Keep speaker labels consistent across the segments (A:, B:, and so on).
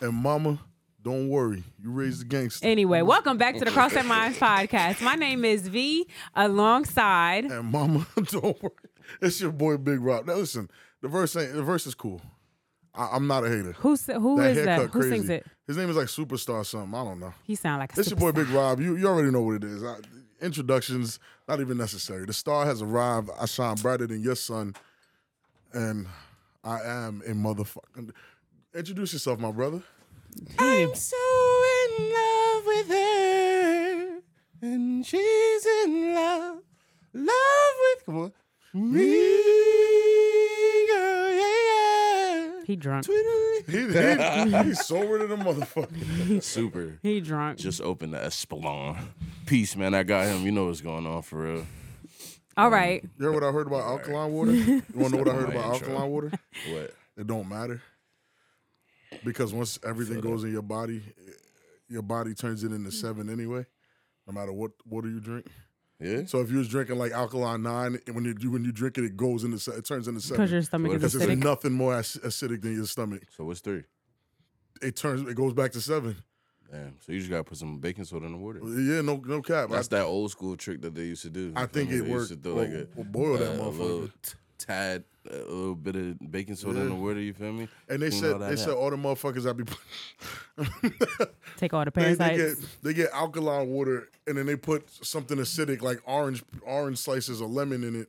A: and mama, don't worry. You raised a gangster.
B: Anyway, welcome back to the Cross That Mind podcast. My name is V, alongside
A: And mama, don't worry. It's your boy Big Rob. Now listen, the verse ain't the verse is cool. I, I'm not a hater.
B: who? sa- Who is that?
A: haircut
B: Who sings it?
A: His name is like Superstar something. I don't know.
B: He sound like a
A: It's your boy
B: superstar.
A: Big Rob. You you already know what it is. I, introductions not even necessary. The star has arrived. I shine brighter than your sun, and I am a motherfucker. Introduce yourself, my brother.
C: I'm so in love with her, and she's in love, love with come on, me, girl, yeah, yeah.
B: He drunk.
C: Twiddly.
A: He, he, he's sober than a motherfucker.
C: Super.
B: He drunk.
C: Just open the Espelon. Peace, man. I got him. You know what's going on for real.
B: All right.
A: You heard what I heard about alkaline water? You want to know what I heard about
C: My intro.
A: alkaline water?
C: What?
A: It don't matter because once everything goes in your body, your body turns it into seven
C: Mm-hmm.
A: anyway. No matter what water you drink.
C: Yeah.
A: So if you was drinking like alkaline nine, and when you do when you drink it, it goes into se- it turns into
B: Because your
A: seven
B: stomach
C: What
B: is
A: because
C: if
A: there's
B: acidic.
A: nothing more ac- acidic than your stomach.
C: So what's three?
A: It turns it goes back to seven.
C: Damn. So you just gotta put some baking soda in the water.
A: Yeah, no no cap. I,
C: That's that old school trick that they used to do.
A: I
C: You feel
A: think
C: me?
A: it
C: They
A: worked.
C: used to do
A: Or-
C: like a- uh,
A: or boil that
C: a little
A: motherfucker.
C: t- tad, a little bit of baking soda in the
A: Yeah.
C: water. You feel me?
A: And they
C: Clean all
A: said
C: that
A: they said
C: up.
A: all the motherfuckers I be
B: Take all the
A: they, they get
B: parasites.
A: they get alkaline water and then they put something acidic like orange orange slices or lemon in it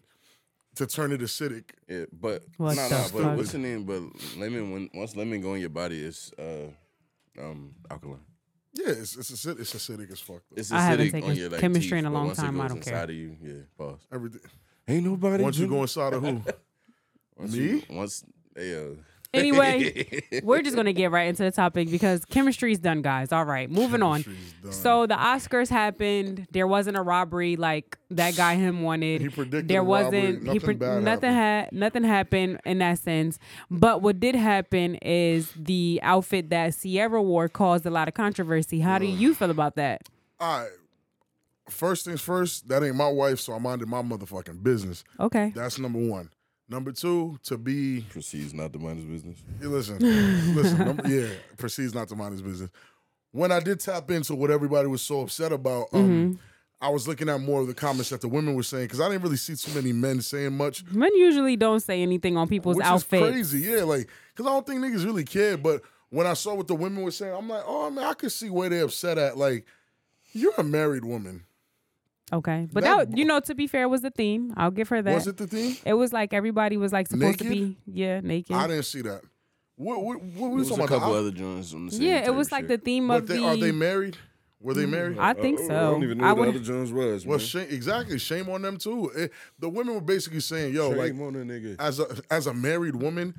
A: to turn it acidic.
C: Yeah, but
B: What
C: nah,
B: the
C: nah,
B: fuck?
C: but what's the name? But lemon when once lemon go in your body, it's uh, um, alkaline.
A: Yeah, it's it's acidic, it's acidic as fuck. Though.
C: It's
B: I haven't
C: acidic
B: taken
C: on your like,
B: chemistry
C: teeth,
B: in a
C: but
B: long
C: once it
B: time, I
C: goes
B: don't care.
C: inside Of you, yeah, pause.
A: Everything.
C: Ain't nobody.
A: Once you
C: doing-
A: go inside of who?
C: once
A: me?
C: you- once uh, yeah.
B: Anyway, we're just gonna get right into the topic because chemistry's done, guys. All right, moving on.
A: Chemistry's done.
B: So the Oscars happened. There wasn't a robbery like that guy him wanted.
A: He predicted
B: there
A: a robbery.
B: wasn't.
A: Nothing bad
B: nothing had nothing happened in that sense. But what did happen is the outfit that Sierra wore caused a lot of controversy. How do you feel about that?
A: All right. First things first, that ain't my wife, so I minded my motherfucking business.
B: Okay,
A: That's number one. Number two, to be
C: proceeds not to mind his business.
A: Hey, Listen, listen. Number, yeah, proceeds not to mind his business. When I did tap into what everybody was so upset about,
B: Mm-hmm.
A: um, I was looking at more of the comments that the women were saying because I didn't really see too many men saying much,
B: men usually don't say anything on people's
A: which
B: outfits.
A: is crazy. Yeah, like because I don't think niggas really care. But when I saw what the women were saying, I'm like, oh man, I could see where they're upset at. Like, you're a married woman.
B: Okay, but that,
A: That-
B: you know, to be fair, was the theme. I'll give her that.
A: Was it the thing?
B: It was like everybody was like supposed to be
A: Naked?
B: yeah naked.
A: I didn't see that. What what what were
C: There
A: you
C: was
A: talking
C: a
A: about?
C: couple
A: I-
C: other joints on the same
B: yeah,
C: type
B: it was
C: of
B: like
C: shit.
B: the theme
A: but
B: of
A: they,
B: the.
A: are they married? Were
C: Mm-hmm.
A: they married?
B: I
C: Oh,
B: think so.
D: I Uh, don't even know
B: I
D: what
B: would-
D: the other Jones was.
A: Well,
D: man.
A: shame, exactly. Shame on them too. It- the women were basically saying, "Yo,
D: Shame
A: like
D: on that nigga.
A: as a as a married woman,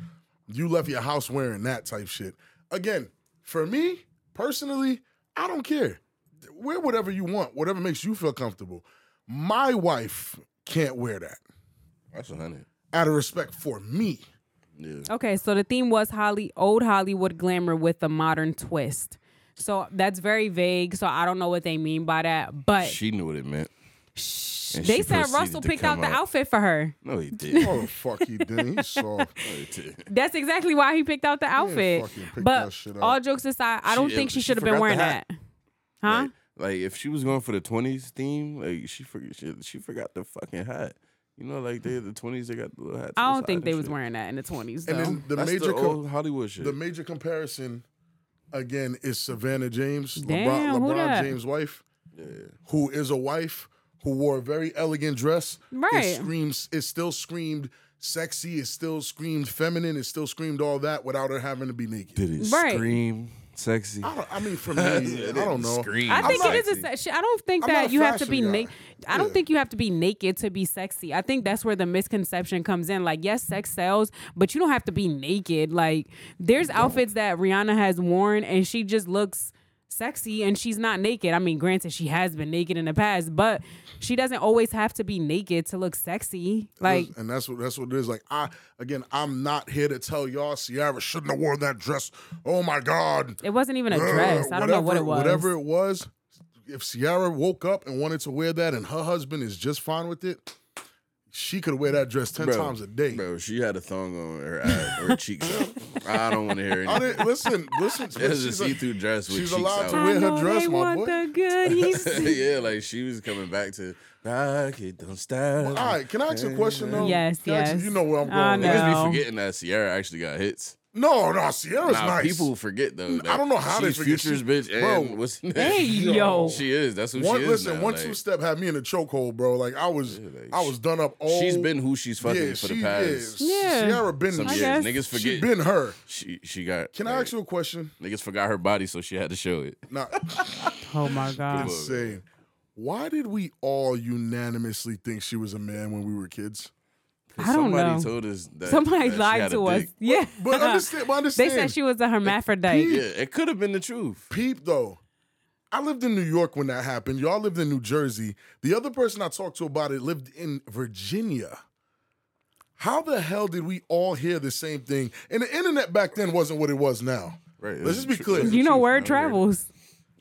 A: you left your house wearing that type shit." Again, for me personally, I don't care. Wear whatever you want, whatever makes you feel comfortable. My wife can't wear that
C: That's a hundred.
A: out of respect for me.
C: Yeah.
B: Okay, so the theme was Holly old Hollywood glamour with a modern twist. So that's very vague. So I don't know what they mean by that, but
C: She knew what it meant. and
B: they
C: she
B: said
C: proceeded
B: Russell
C: to
B: picked out
C: come
B: the outfit for her.
C: No, he did.
A: Oh fuck, he didn't. He's soft.
B: That's exactly why he picked out the outfit.
A: fucking pick that
B: But
A: shit out.
B: all jokes aside, I don't
C: She-
B: think she
C: she
B: should have
C: forgot
B: been
C: the
B: wearing
C: hat.
B: that. Huh?
C: Like, like, if she was going for the twenties theme, like she forgot she, she forgot the fucking hat. You know, like they the twenties they got the little hat.
B: I don't think they was wearing that in the twenties though.
A: And then the
C: That's
A: major
C: the
A: co-
C: old Hollywood shit.
A: The major comparison, again, is Savannah James,
B: Damn,
A: LeBron,
B: who
A: LeBron
B: dat?
A: James' wife, who is a wife who wore a very elegant dress.
B: Right.
A: It screams. It still screamed sexy. It still screamed feminine. It still screamed all that without her having to be naked.
C: Did it
B: Right.
C: scream sexy?
A: I, don't, I mean, for me, I don't know.
C: Scream.
B: I think
A: I'm
B: it is. A, se- I don't think
A: I'm not
B: that
A: a
B: you have to
A: fashion
B: be
A: guy.
B: naked. I don't
A: Yeah.
B: think you have to be naked to be sexy. I think that's where the misconception comes in. Like, yes, sex sells, but you don't have to be naked. Like, there's outfits that Rihanna has worn, and she just looks sexy, and she's not naked. I mean, granted, she has been naked in the past, but she doesn't always have to be naked to look sexy. Like,
A: and that's what that's what it is. Like I again, I'm not here to tell y'all Ciara shouldn't have worn that dress. Oh my God,
B: it wasn't even a dress. I don't know what it was.
A: Uh, Whatever it was, if Ciara woke up and wanted to wear that and her husband is just fine with it, She could wear that dress ten
C: Bro,
A: times a day.
C: Bro, she had a thong on her eye, her cheeks out. I don't want to hear
A: I
C: anything.
A: didn't, listen, listen.
C: It was a
A: she's
C: see through dress with
A: she's
C: cheeks
A: allowed
C: out.
A: to wear her
B: know
A: dress,
B: they
A: my
B: want
A: boy.
B: the goodies.
C: yeah, like she was coming back to rock it, don't stop.
A: All right, can I ask you a question though?
B: Yes,
A: Can I ask you-
B: yes. Um,
A: You know where I'm going.
B: I
A: with
B: know.
A: this.
C: Niggas
B: No.
C: be forgetting that Sierra actually got hits.
A: No, no, Sierra's
C: Nah,
A: nice.
C: people forget though. that
A: don't know how they
C: she's
A: forget.
C: Future's
A: She-
C: bitch
A: Bro.
C: and what's her name?
B: Hey, yo.
C: she is. That's who
A: one,
C: she is
A: listen,
C: now,
A: one
C: like,
A: two step had me in a chokehold, bro. Like I was,
C: like,
A: I was done up all.
C: She's been who she's fucking for the past
A: Is.
B: Yeah.
A: Sierra been.
C: some
B: Mm, I
C: years.
B: guess.
C: Niggas forget.
A: She been her.
C: she she got.
A: Can I
C: like,
A: ask you a question?
C: Niggas forgot her body, so she had to show it.
A: Nah,
B: oh my god.
A: insane. Why did we all unanimously think she was a man when we were kids?
B: I don't
C: Somebody
B: know.
C: told us that
B: Somebody
C: that she
B: lied
C: had a
B: to us.
C: dick.
B: Yeah.
A: But understand, but
B: they
A: understand.
B: said she was a hermaphrodite.
C: Yeah, it could have been the truth.
A: peep though. I lived in New York when that happened. Y'all lived in New Jersey. The other person I talked to about it lived in Virginia. How the hell did we all hear the same thing? And the internet back then wasn't what it was now.
C: Right.
A: Let's
C: it's
A: just be
C: true.
A: clear.
C: It's
B: You know,
C: truth,
B: word
C: man.
B: travels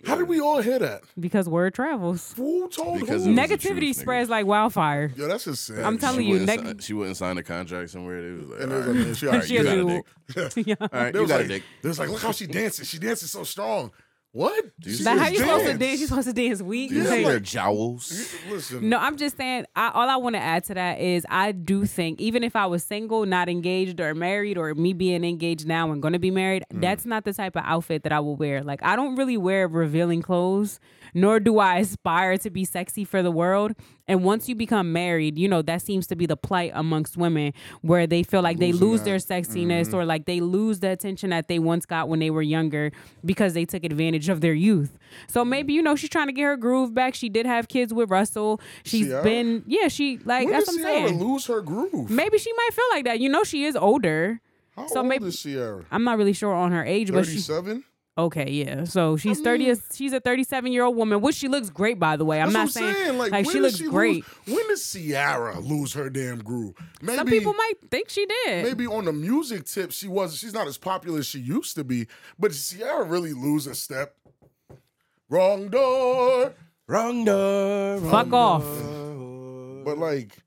A: How did we all hear that?
B: because word travels.
A: Who told
C: Because
A: who?
C: it was the
B: Negativity
C: truth, nigga.
B: spreads like wildfire.
A: Yo, that's insane.
B: I'm telling
C: She
B: you,
C: wouldn't,
B: neg-
C: si- she wouldn't sign a contract somewhere. They was like,
A: And it
C: all
A: was
C: right,
A: like, man, she all right.
B: She
A: you
B: a
A: got it.
C: got a
B: little- Yeah.
C: all right,
A: They
C: you
A: was
C: got a
A: like,
C: dick.
A: they was like, look how she dances. She dances so strong. What?
C: Do you
A: She
C: see
B: Like
A: was
B: how you supposed to
A: dance.
B: dance? You supposed to dance weak.
A: Yeah,
B: Like,
A: like-
C: jowls?
A: Listen.
B: no, I'm just saying. I, all I want to add to that is I do think even if I was single, not engaged or married, or me being engaged now and going to be married, that's not the type of outfit that I will wear. Like I don't really wear revealing clothes, nor do I aspire to be sexy for the world. And once you become married, you know that seems to be the plight amongst women where they feel like they lose their
A: Mm-hmm.
B: sexiness or like they lose the attention that they once got when they were younger because they took advantage of their youth. So maybe you know she's trying to get her groove back. She did have kids with Russell. She's
A: Ciara?
B: been yeah, she like
A: When
B: that's
A: did
B: what I'm
A: Sierra
B: saying.
A: lose her groove?
B: Maybe she might feel like that. You know she is older.
A: How
B: so
A: old
B: maybe-
A: is Sierra?
B: I'm not really sure on her age, but she
A: 37?
B: okay, yeah. So she's thirty. She's a 37 year old woman, which she looks great by the way. I'm not
A: That's what
B: saying, like,
A: when
B: she
A: did
B: looks great.
A: Lose, when did Ciara lose her damn groove? Maybe,
B: Some people might think she did.
A: maybe on the music tip, she was she's not as popular as she used to be. But did Ciara really lose a step? Wrong door.
C: Wrong door. Wrong
A: Oh,
B: Fuck off. Mm-hmm.
A: But like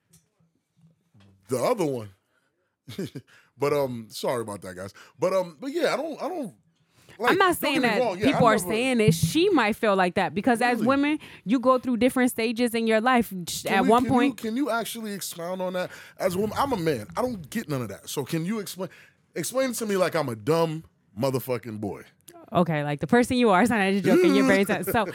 A: the other one. but um, sorry about that, guys. But um, but yeah, I don't, I don't. Like,
B: I'm not
A: don't
B: saying
A: get me
B: that
A: wrong, yeah, I
B: people are
A: never-
B: saying it. She might feel like that because as
A: Really?
B: women, you go through different stages in your life. Sh-
A: Can
B: At
A: we-
B: one
A: can
B: point,
A: you, can you actually expound on that? As a woman, I'm a man. I don't get none of that. So can you explain? Explain to me like I'm a dumb motherfucking boy.
B: okay, like the person you are, it's not just joking. Your brain's not. So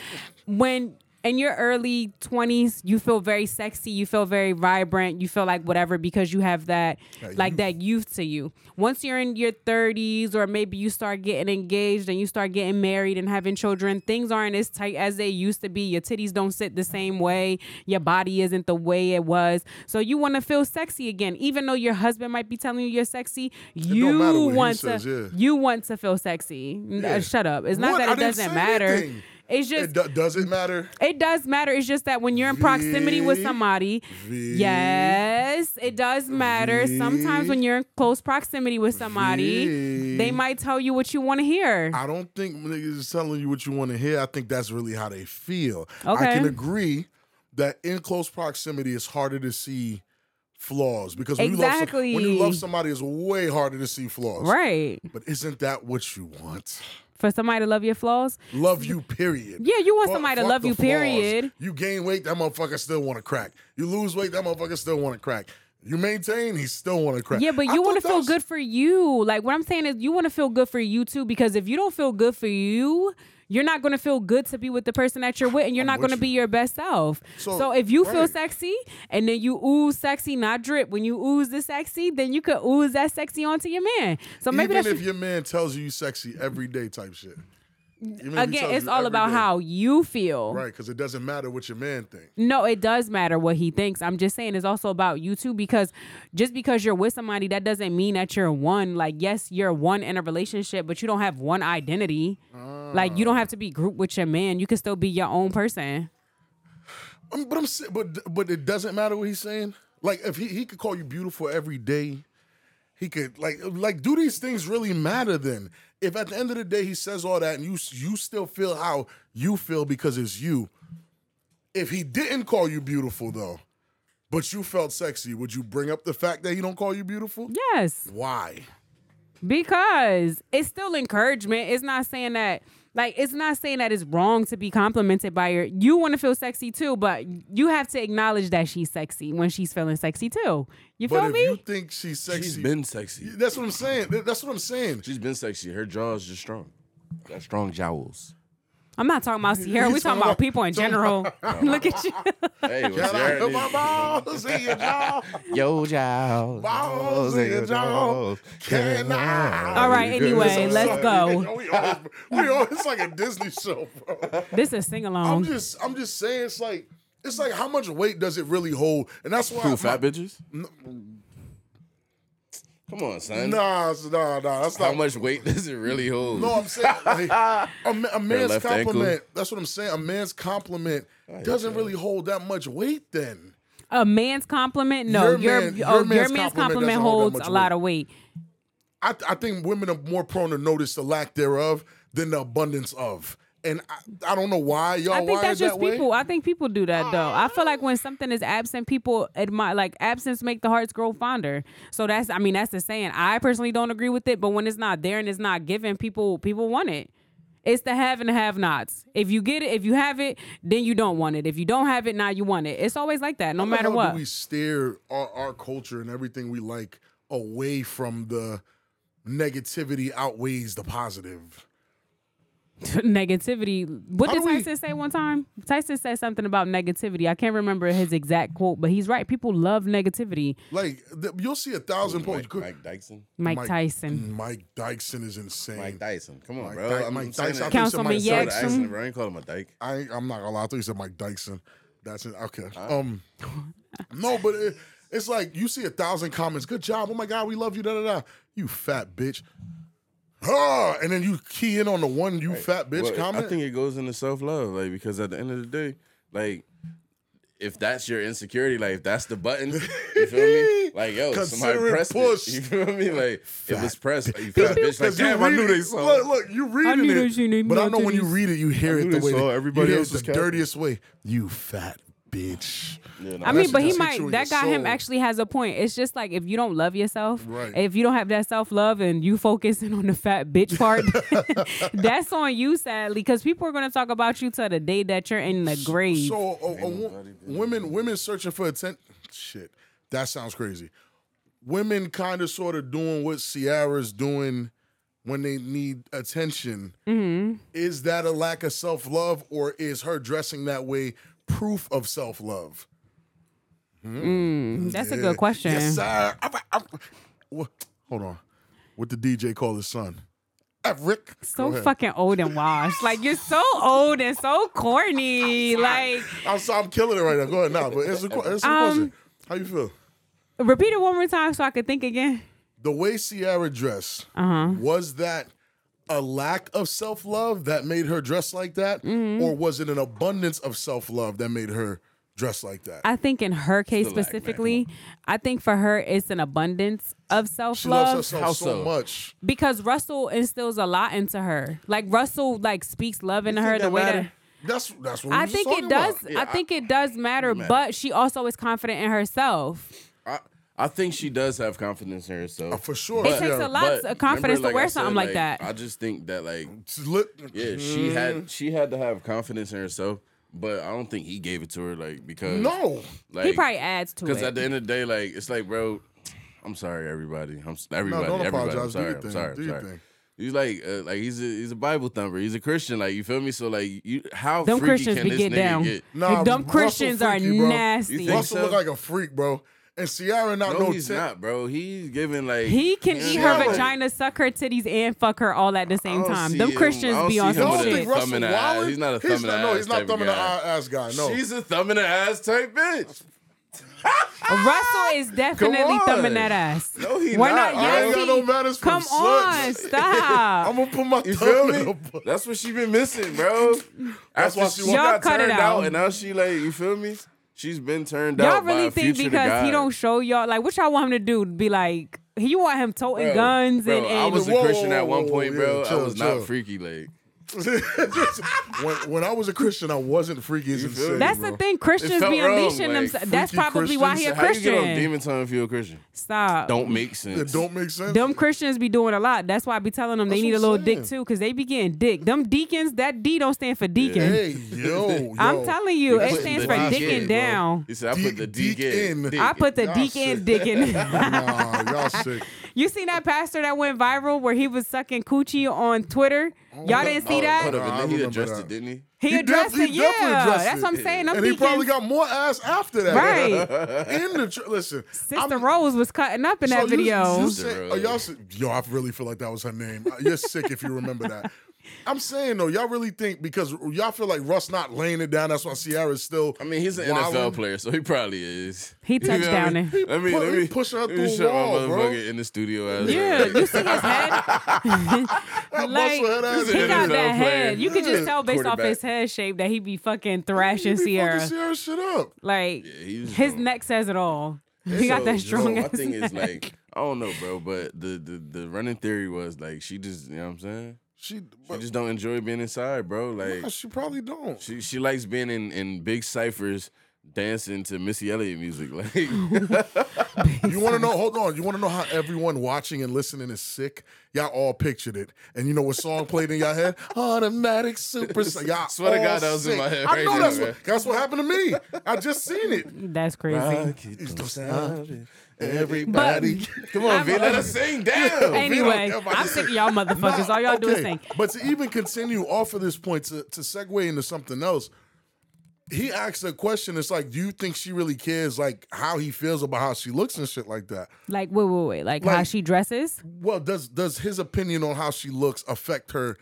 B: when in your early 20s, you feel very sexy, you feel very vibrant, you feel like whatever because you have that
A: That
B: like
A: youth.
B: that youth to you. Once you're in your 30s or maybe you start getting engaged and you start getting married and having children, things aren't as tight as they used to be. Your titties don't sit the same way. Your body isn't the way it was. So you want to feel sexy again even though your husband might be telling you you're sexy. You
A: don't matter what he
B: want
A: says,
B: to
A: yeah.
B: you want to feel sexy. N- uh,
A: Yeah.
B: Shut up. It's not
A: What?
B: that
A: I
B: it
A: didn't
B: doesn't
A: say
B: matter.
A: anything.
B: It's just
A: It
B: it,
A: do- does it matter?
B: does matter. It's just that when you're in proximity with
A: V-
B: somebody,
A: V-
B: yes, it does matter. Sometimes
A: V-
B: when you're in close proximity with somebody,
A: V-
B: they might tell you what you want to hear.
A: I don't think niggas is telling you what you want to hear. I think that's really how they feel.
B: Okay.
A: I can agree that in close proximity, it's harder to see flaws because when,
B: Exactly.
A: you, love some- when you love somebody, it's way harder to see flaws.
B: right.
A: But isn't that what you want?
B: For somebody to love your flaws.
A: Love you, period.
B: Yeah, you want
A: Fuck-
B: somebody to
A: fuck
B: love
A: the
B: you,
A: flaws.
B: period.
A: You gain weight, that motherfucker still want to crack. You lose weight, that motherfucker still want to crack. You maintain, he still want to crack.
B: Yeah, but
A: I
B: you
A: thought
B: want to
A: that
B: feel
A: was-
B: good for you. Like what I'm saying is, you want to feel good for you too. Because if you don't feel good for you, you're not going to feel good to be with the person that you're with, and you're
A: I'm
B: not
A: with
B: going to
A: you.
B: be your best self. So,
A: So,
B: if you feel
A: right.
B: sexy and then you ooze sexy, not drip. When you ooze the sexy, then you could ooze that sexy onto your man. So maybe
A: Even
B: that's
A: if your man tells you you sexy every day, type shit. Even if he
B: again,
A: tells
B: it's
A: you
B: all
A: every
B: about
A: day.
B: how you feel.
A: Right, because it doesn't matter what your man thinks.
B: No, it does matter what he thinks. I'm just saying it's also about you too because just because you're with somebody that doesn't mean that you're one. Like yes, you're one in a relationship, but you don't have one identity. Like you don't have to be grouped with your man. You can still be your own person.
A: Um, but I'm sa- but but it doesn't matter what he's saying. Like if he, he could call you beautiful every day, he could like like do these things really matter then? If at the end of the day he says all that and you you still feel how you feel because it's you. If he didn't call you beautiful though, but you felt sexy, would you bring up the fact that he don't call you beautiful?
B: Yes.
A: Why?
B: Because it's still encouragement. It's not saying that like it's not saying that it's wrong to be complimented by her. You want to feel sexy too, but you have to acknowledge that she's sexy when she's feeling sexy too. You
A: But
B: feel
A: if
B: me?
A: you think she's sexy,
C: She's been sexy.
A: that's what I'm saying. Th- That's what I'm saying.
C: She's been sexy. Her jaw's just strong. Got strong jowls.
B: I'm not talking about Sierra. We're talking about people in general. Look at you.
C: Hey, when
A: Can I put
C: Sierra did-
A: "Oh, my balls in your jaw?
E: Yo, Giles.
A: Balls in your jaw. Can I?
B: All right. Anyway, let's go.
A: we always, we always, it's like a Disney show, bro.
B: This is sing
A: I'm
B: along.
A: just, I'm just saying, it's like, it's like how much weight does it really hold? And that's why,
C: Who, fat bitches? Come on, son.
A: nah, it's- nah, nah. That's
C: How
A: not
C: much weight does it really hold?
A: No, I'm saying like, a, ma- a man's
C: left ankle. Oh,
A: compliment. That's what I'm saying. A man's compliment doesn't really hold that much weight. Then
B: A man's compliment? No,
A: Your
B: your your,
A: man-
B: oh,
A: your
B: your
A: man's compliment
B: man's, compliment
A: doesn't hold that
B: holds
A: much
B: a lot of weight.
A: I, I think women are more prone to notice the lack thereof than the abundance of. And I, I don't know why y'all.
B: I think
A: why
B: that's
A: is that
B: just
A: way?
B: people. I think people do that though. I feel like when something is absent, people admire like absence make the hearts grow fonder. So that's I mean that's the saying. I personally don't agree with it, but when it's not there and it's not given, people people want it. It's the have and the have nots. If you get it, if you have it, then you don't want it. If you don't have it, now you want it. It's always like that, no matter
A: How
B: what.
A: do we steer our, our culture and everything we like away from the negativity outweighs the positive?
B: negativity. What
A: How
B: did
A: do we-
B: Tyson say one time? Tyson said something about negativity. I can't remember his exact quote, but he's right. People love negativity.
A: Like th- you'll see a thousand points.
C: Mike,
A: Good-
C: Mike Dyson.
B: Mike,
A: Mike-
B: Tyson.
A: Mike Dyson is insane.
C: Mike Dyson. Come on,
A: Mike
C: bro.
A: Dy-
C: I'm
A: Mike
C: saying
A: Dyson. I
C: that-
A: think
B: Councilman
A: somebody said
C: Sorry,
B: Jackson.
C: the accent, bro. I ain't call him a dyke.
A: I I'm not gonna lie. I thought you said Mike Dyson. That's it. Okay. Um, no, but it, it's like you see a thousand comments. Good job. Oh my God, we love you. Da da da. You fat bitch. Ah, and then you key in on the one you fat bitch
C: Well,
A: comment.
C: I think it goes into self love, like because at the end of the day, like if that's your insecurity, like if that's the button, you feel me? Like yo,
A: Consider it
C: somebody pressed
A: pushed.
C: it. You feel me? Like it was pressed. Like, you fat bitch. Like
A: 'Cause you
C: damn, I knew
A: read it.
C: they saw.
A: Look, look, you reading
B: knew
A: it,
B: they seen they
A: but I know
B: melted
A: when you
B: these-
A: read it, you hear it
C: knew
A: the
C: they
A: way
C: saw
A: that-
C: everybody
A: you hear
C: else
A: it
C: was
A: the
C: capping.
A: dirtiest way. You fat bitch.
C: Yeah, nah,
B: I
A: Unless
B: mean,
A: it
B: but he
A: just hits you in
B: might. That
A: your
B: guy him
A: soul.
B: actually has a point. It's just like if you don't love yourself,
A: Right.
B: if you don't have that self love, and you focusing on the fat bitch part, that's on you, sadly, because people are gonna talk about you till the day that you're in the grave.
A: So a- a wo- women women searching for attention. Shit, that sounds crazy. Women kind of sort of doing what Ciara's doing when they need attention.
B: Mm-hmm.
A: Is that a lack of self love, or is her dressing that way proof of self love?
B: that's a good question.
A: Eh, Yes, sir. I'm- I'm- Wha- hold on. What the DJ call his son? Eric.
B: so
A: Go ahead.
B: fucking old and washed. Like you're so old and so corny. Like
A: I'm, so- I'm killing it right now. Go ahead now, but answer, the que- answer the
B: Um,
A: question. How you feel?
B: repeat it one more time so I could think again.
A: the way Ciara dressed,
B: Uh-huh.
A: was that a lack of self love that made her dress like that,
B: Mm-hmm.
A: or was it an abundance of self love that made her dress like that?
B: I think in her case
C: lack, man.
B: specifically, I think for her it's an abundance of self
A: she loves
B: love
A: herself
C: how
A: so
C: so?
A: much.
B: because Russell instills a lot into her. Like Russell like speaks love into
C: think
B: her the
C: that
B: way
C: matter?
B: that
A: That's that's what we
B: I
A: was just
B: think
A: talking
B: it does.
A: about.
B: I think it does matter, but she also is confident in herself.
C: I, I think she does have confidence in herself.
A: Oh, for sure.
B: It takes a
A: Ciara.
B: lot of confidence to
C: remember, like I
B: wear
C: said,
B: something like, that.
C: I just think that like
A: It's lit-
C: yeah, she
A: Mm-hmm.
C: had she had to have confidence in herself, but I don't think he gave it to her like because
A: No,
C: like,
B: he probably adds to
C: Because
B: it.
C: at the end of the day, like it's like, bro, I'm sorry, everybody. I'm s- everybody.
A: don't
C: everybody. I'm
A: apologize. Do your
C: sorry.
A: thing.
C: I'm sorry.
A: Do
C: I'm
A: your
C: sorry.
A: thing.
C: He's like, uh, like he's a he's a Bible thumper. He's a Christian. Like you feel me? So like, you how
B: Them
C: freaky
B: Christians
C: can
B: be
C: this
B: get
C: nigga
B: down.
C: Get?
A: Nah,
B: Them
A: Russell
B: Christians are
A: freaky, bro. You
B: nasty.
C: think
A: Russell
C: so?
A: look like a freak, bro, and Ciara not
C: No,
A: no.
C: he's
A: tip.
C: not, bro. He's giving like
B: He can eat
A: Yeah,
B: her
A: like-
B: vagina, suck her titties, and fuck her all at the same
C: don't
B: time.
C: see
B: Them
C: him- I
B: Christians
C: don't
B: be
C: see
B: on
C: him
B: some
A: I don't
C: with a
A: think
B: shit.
C: thumb
A: Russell
C: in the eye.
A: Wallace.
C: He's not a thumb in the
A: No,
C: ass
A: he's not
C: type
A: thumb in the
C: guy.
A: eye- ass guy. No,
C: She's a thumb in the ass type bitch.
B: Russell is definitely
C: on.
B: thumbing that ass.
C: No, he
B: We're
C: not.
A: I
B: not, yes,
A: ain't got
B: he-
A: no manners from
B: Come
A: Suts.
B: on, stop.
A: I'm gonna put my
C: You
A: thumb
C: feel
A: in her
C: me?
A: butt.
C: That's what she been missing, bro. That's
A: why
C: why
A: she
C: she
A: won't-
B: Y'all
C: got
B: cut it
C: turned
B: out.
C: out, and now she like, you feel me? She's been turned
B: y'all
C: out. by
B: really
C: a
B: think
C: future to
B: because he
C: God.
B: don't show y'all like what y'all want him to do? Be like you want him toting
C: Bro,
B: guns
C: bro,
B: and,
C: I
B: and
C: was a
A: Whoa,
C: Christian at
A: whoa,
C: one
A: whoa,
C: point,
A: yeah,
C: bro.
A: chill,
C: I was
A: chill.
C: not freaky like.
A: when, when I was a Christian, I wasn't freaky as a
C: feel
A: sin.
C: me?
B: That's
A: bro.
B: the thing. Christians
C: felt
B: be
C: wrong,
B: unleashing
C: like,
B: themselves. That's
A: freaky
B: probably why he a
A: Christians.
C: How you get on
B: Christian.
C: demon time if you're a Christian?
B: Stop.
C: Don't make sense.
A: It don't make sense.
B: Them Christians be doing a lot. That's why I be telling them they
A: That's
B: need a
A: what
B: little
A: I'm
B: dick
A: saying.
B: too, because they be getting dick. Them deacons, that D don't stand for deacon.
A: Hey, yo, yo.
B: I'm telling you,
C: They
B: it
C: put
B: stands
C: the
B: for
C: dick
B: dicking
C: in, bro.
B: down.
C: He said, I
A: Deek-
C: put the deek
A: deek
C: in.
A: in.
C: Dick.
B: I put the
A: Y'all
B: deacon in
A: sick.
B: dicking.
A: Nah, y'all sick.
B: you seen that pastor that went viral where he was sucking coochie on Twitter? Y'all didn't see
C: Oh,
B: that?
C: Hold
A: Nah,
C: up,
A: I
C: and then he
A: remember
C: addressed
A: that.
C: it, didn't he?
A: He
B: He,
A: def-
B: addressed
A: he
B: it. Yeah,
A: definitely addressed
B: that's
A: it.
B: what I'm saying. I'm
A: and he probably
B: thinking,
A: got more ass after that.
B: Right.
A: In the tr- listen,
B: Sister Rose was cutting up in
A: so
B: that
A: you-
B: video.
A: you say-
C: Sister
A: are y'all,
C: Rose.
A: si- yo, I really feel like that was her name. Uh, You're sick if you remember that. I'm saying though, y'all really think because y'all feel like Russ not laying it down. That's why Sierra's still.
C: I mean, he's an
A: wildin'.
C: NFL player, so he probably is.
B: He
C: You
B: touched
C: feel
B: down
C: me?
B: there. He
C: Let me,
A: put-
C: let
A: he
C: me
A: pushed her
C: let me
A: through a
C: shut
A: wall,
C: my
A: bro.
C: motherfucker in the studio. As
B: Yeah, you see his head?
A: That bust
B: like,
A: for her ass
C: he's
B: He
A: in
C: an
A: there.
B: got that
C: NFL player.
B: head. You could just
A: Yeah.
B: tell based off
C: Quarterback.
B: his head shape that he be fucking
A: He
B: thrashing
A: be fucking
B: Sierra.
A: Sierra shit up.
B: Like
C: he's
B: his
C: strong.
B: neck says it all. He got
C: So,
B: that strong
C: yo,
B: ass.
C: My thing is
B: neck.
C: like, I don't know, bro, but the, the the running theory was like she just, you know what I'm saying?
A: She,
C: She
A: but,
C: just don't enjoy being inside, bro. Like
A: nah, she probably don't.
C: she she likes being in, in big ciphers dancing to Missy Elliott music. Like
A: You want to know? Hold on. You want to know how everyone watching and listening is sick? Y'all all pictured it, and you know what song played in y'all head? Automatic Super. Y'all
C: Swear to
A: all
C: God, that was in
A: sick.
C: my head
A: I
C: right
A: know
C: now,
A: that's
C: man.
A: what that's what happened to me. I just seen it.
B: That's crazy.
A: Everybody,
C: Come on, V, let us sing down.
B: Anyway,
A: care about
B: I'm
A: this.
B: sick of y'all motherfuckers. All y'all do is think.
A: But to even continue off of this point, to, to segue into something else, he asked a question. It's like, do you think she really cares, like how he feels about how she looks and shit like that?
B: Like, wait, wait, wait. Like, how
A: Like-
B: she dresses?
A: Well, does does his opinion on how she looks affect her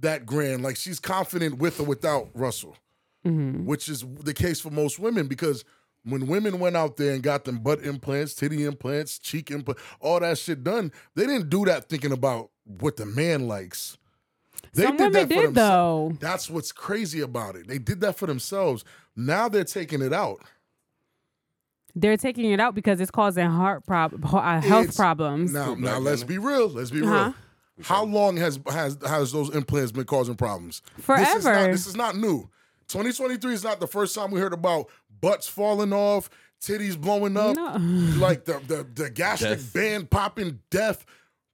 A: that grand? Like she's confident with or without Russell,
B: Mm-hmm.
A: which is the case for most women because when women went out there and got them butt implants, titty implants, cheek implants, all that shit done, they didn't do that thinking about what the man likes. They
B: Some women did
A: themselves.
B: though.
A: That's what's crazy about it. They did that for themselves. Now they're taking it out.
B: They're taking it out because it's causing heart prob- uh, health
A: It's-
B: problems.
A: Now, now
C: black
A: let's be real. Let's be
B: Uh-huh.
A: real. How long has has has those implants been causing problems? This is not,
B: Forever.
A: this is not new. 2023 is not the first time we heard about butts falling off, titties blowing up,
B: No.
A: like the the, the gastric
C: Death.
A: band popping, death.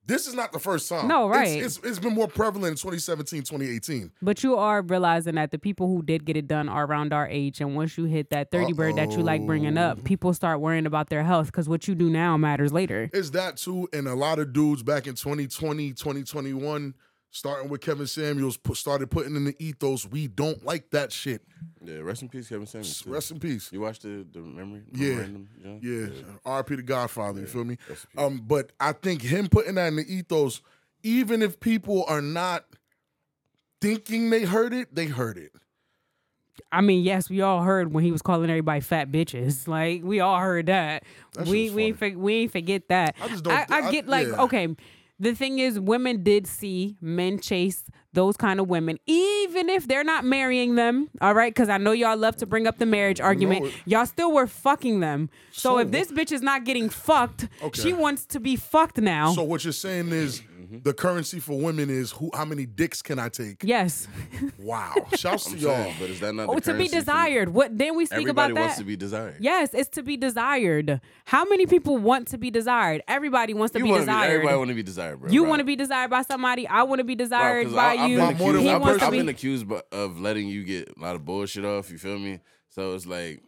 A: This is not the first time.
B: No,
A: It's-
B: right.
A: It's, it's been more prevalent in 2017, 2018.
B: But you are realizing that the people who did get it done are around our age, and once you hit that 30 bird that you like bringing up, people start worrying about their health because what you do now matters later.
A: It's that too, and a lot of dudes back in 2020, 2021, starting with Kevin Samuels, pu- started putting in the ethos. We don't like that shit.
C: Yeah, rest in peace, Kevin Samuels. too.
A: Rest in peace.
C: You watched the the memory?
A: Yeah.
C: Memorandum, John?
A: Yeah, R.P. the Godfather. You feel me? Um, but I think him putting that in the ethos, even if people are not thinking they heard it, they heard it.
B: I mean, yes, we all heard when he was calling everybody fat bitches. Like we all heard that. we
A: shit's
B: we ain't for, we ain't forget that. I
A: just don't-
B: I,
A: I-
B: get like
A: yeah.
B: okay. The thing is, women did see men chase those kind of women, even if they're not marrying them. All right, because I know y'all love to bring up the marriage argument.
A: it-
B: Y'all still were fucking them. So, if this bitch is not getting fucked,
A: Okay.
B: she wants to be fucked now.
A: So what you're saying is
C: Mm-hmm.
A: the currency for women is who? How many dicks can I take?
B: yes,
A: Wow. Shouts to
C: I'm
A: y'all.
C: saying, but is that not
B: oh,
C: the
B: to be
C: currency for-
B: desired. What then we speak
C: Everybody
B: about that?
C: wants to be desired.
B: Yes, it's to be desired. How many people want to be desired? Everybody wants to
C: You
B: be
C: want to be,
B: desired.
C: everybody want to be desired, bro.
B: you want to be desired by somebody. I want to be desired by you.
A: been accused-
B: he
A: I've
B: wants to
C: I've
B: be.
C: been accused bu- of letting you get a lot of bullshit off. You feel me? So it's like,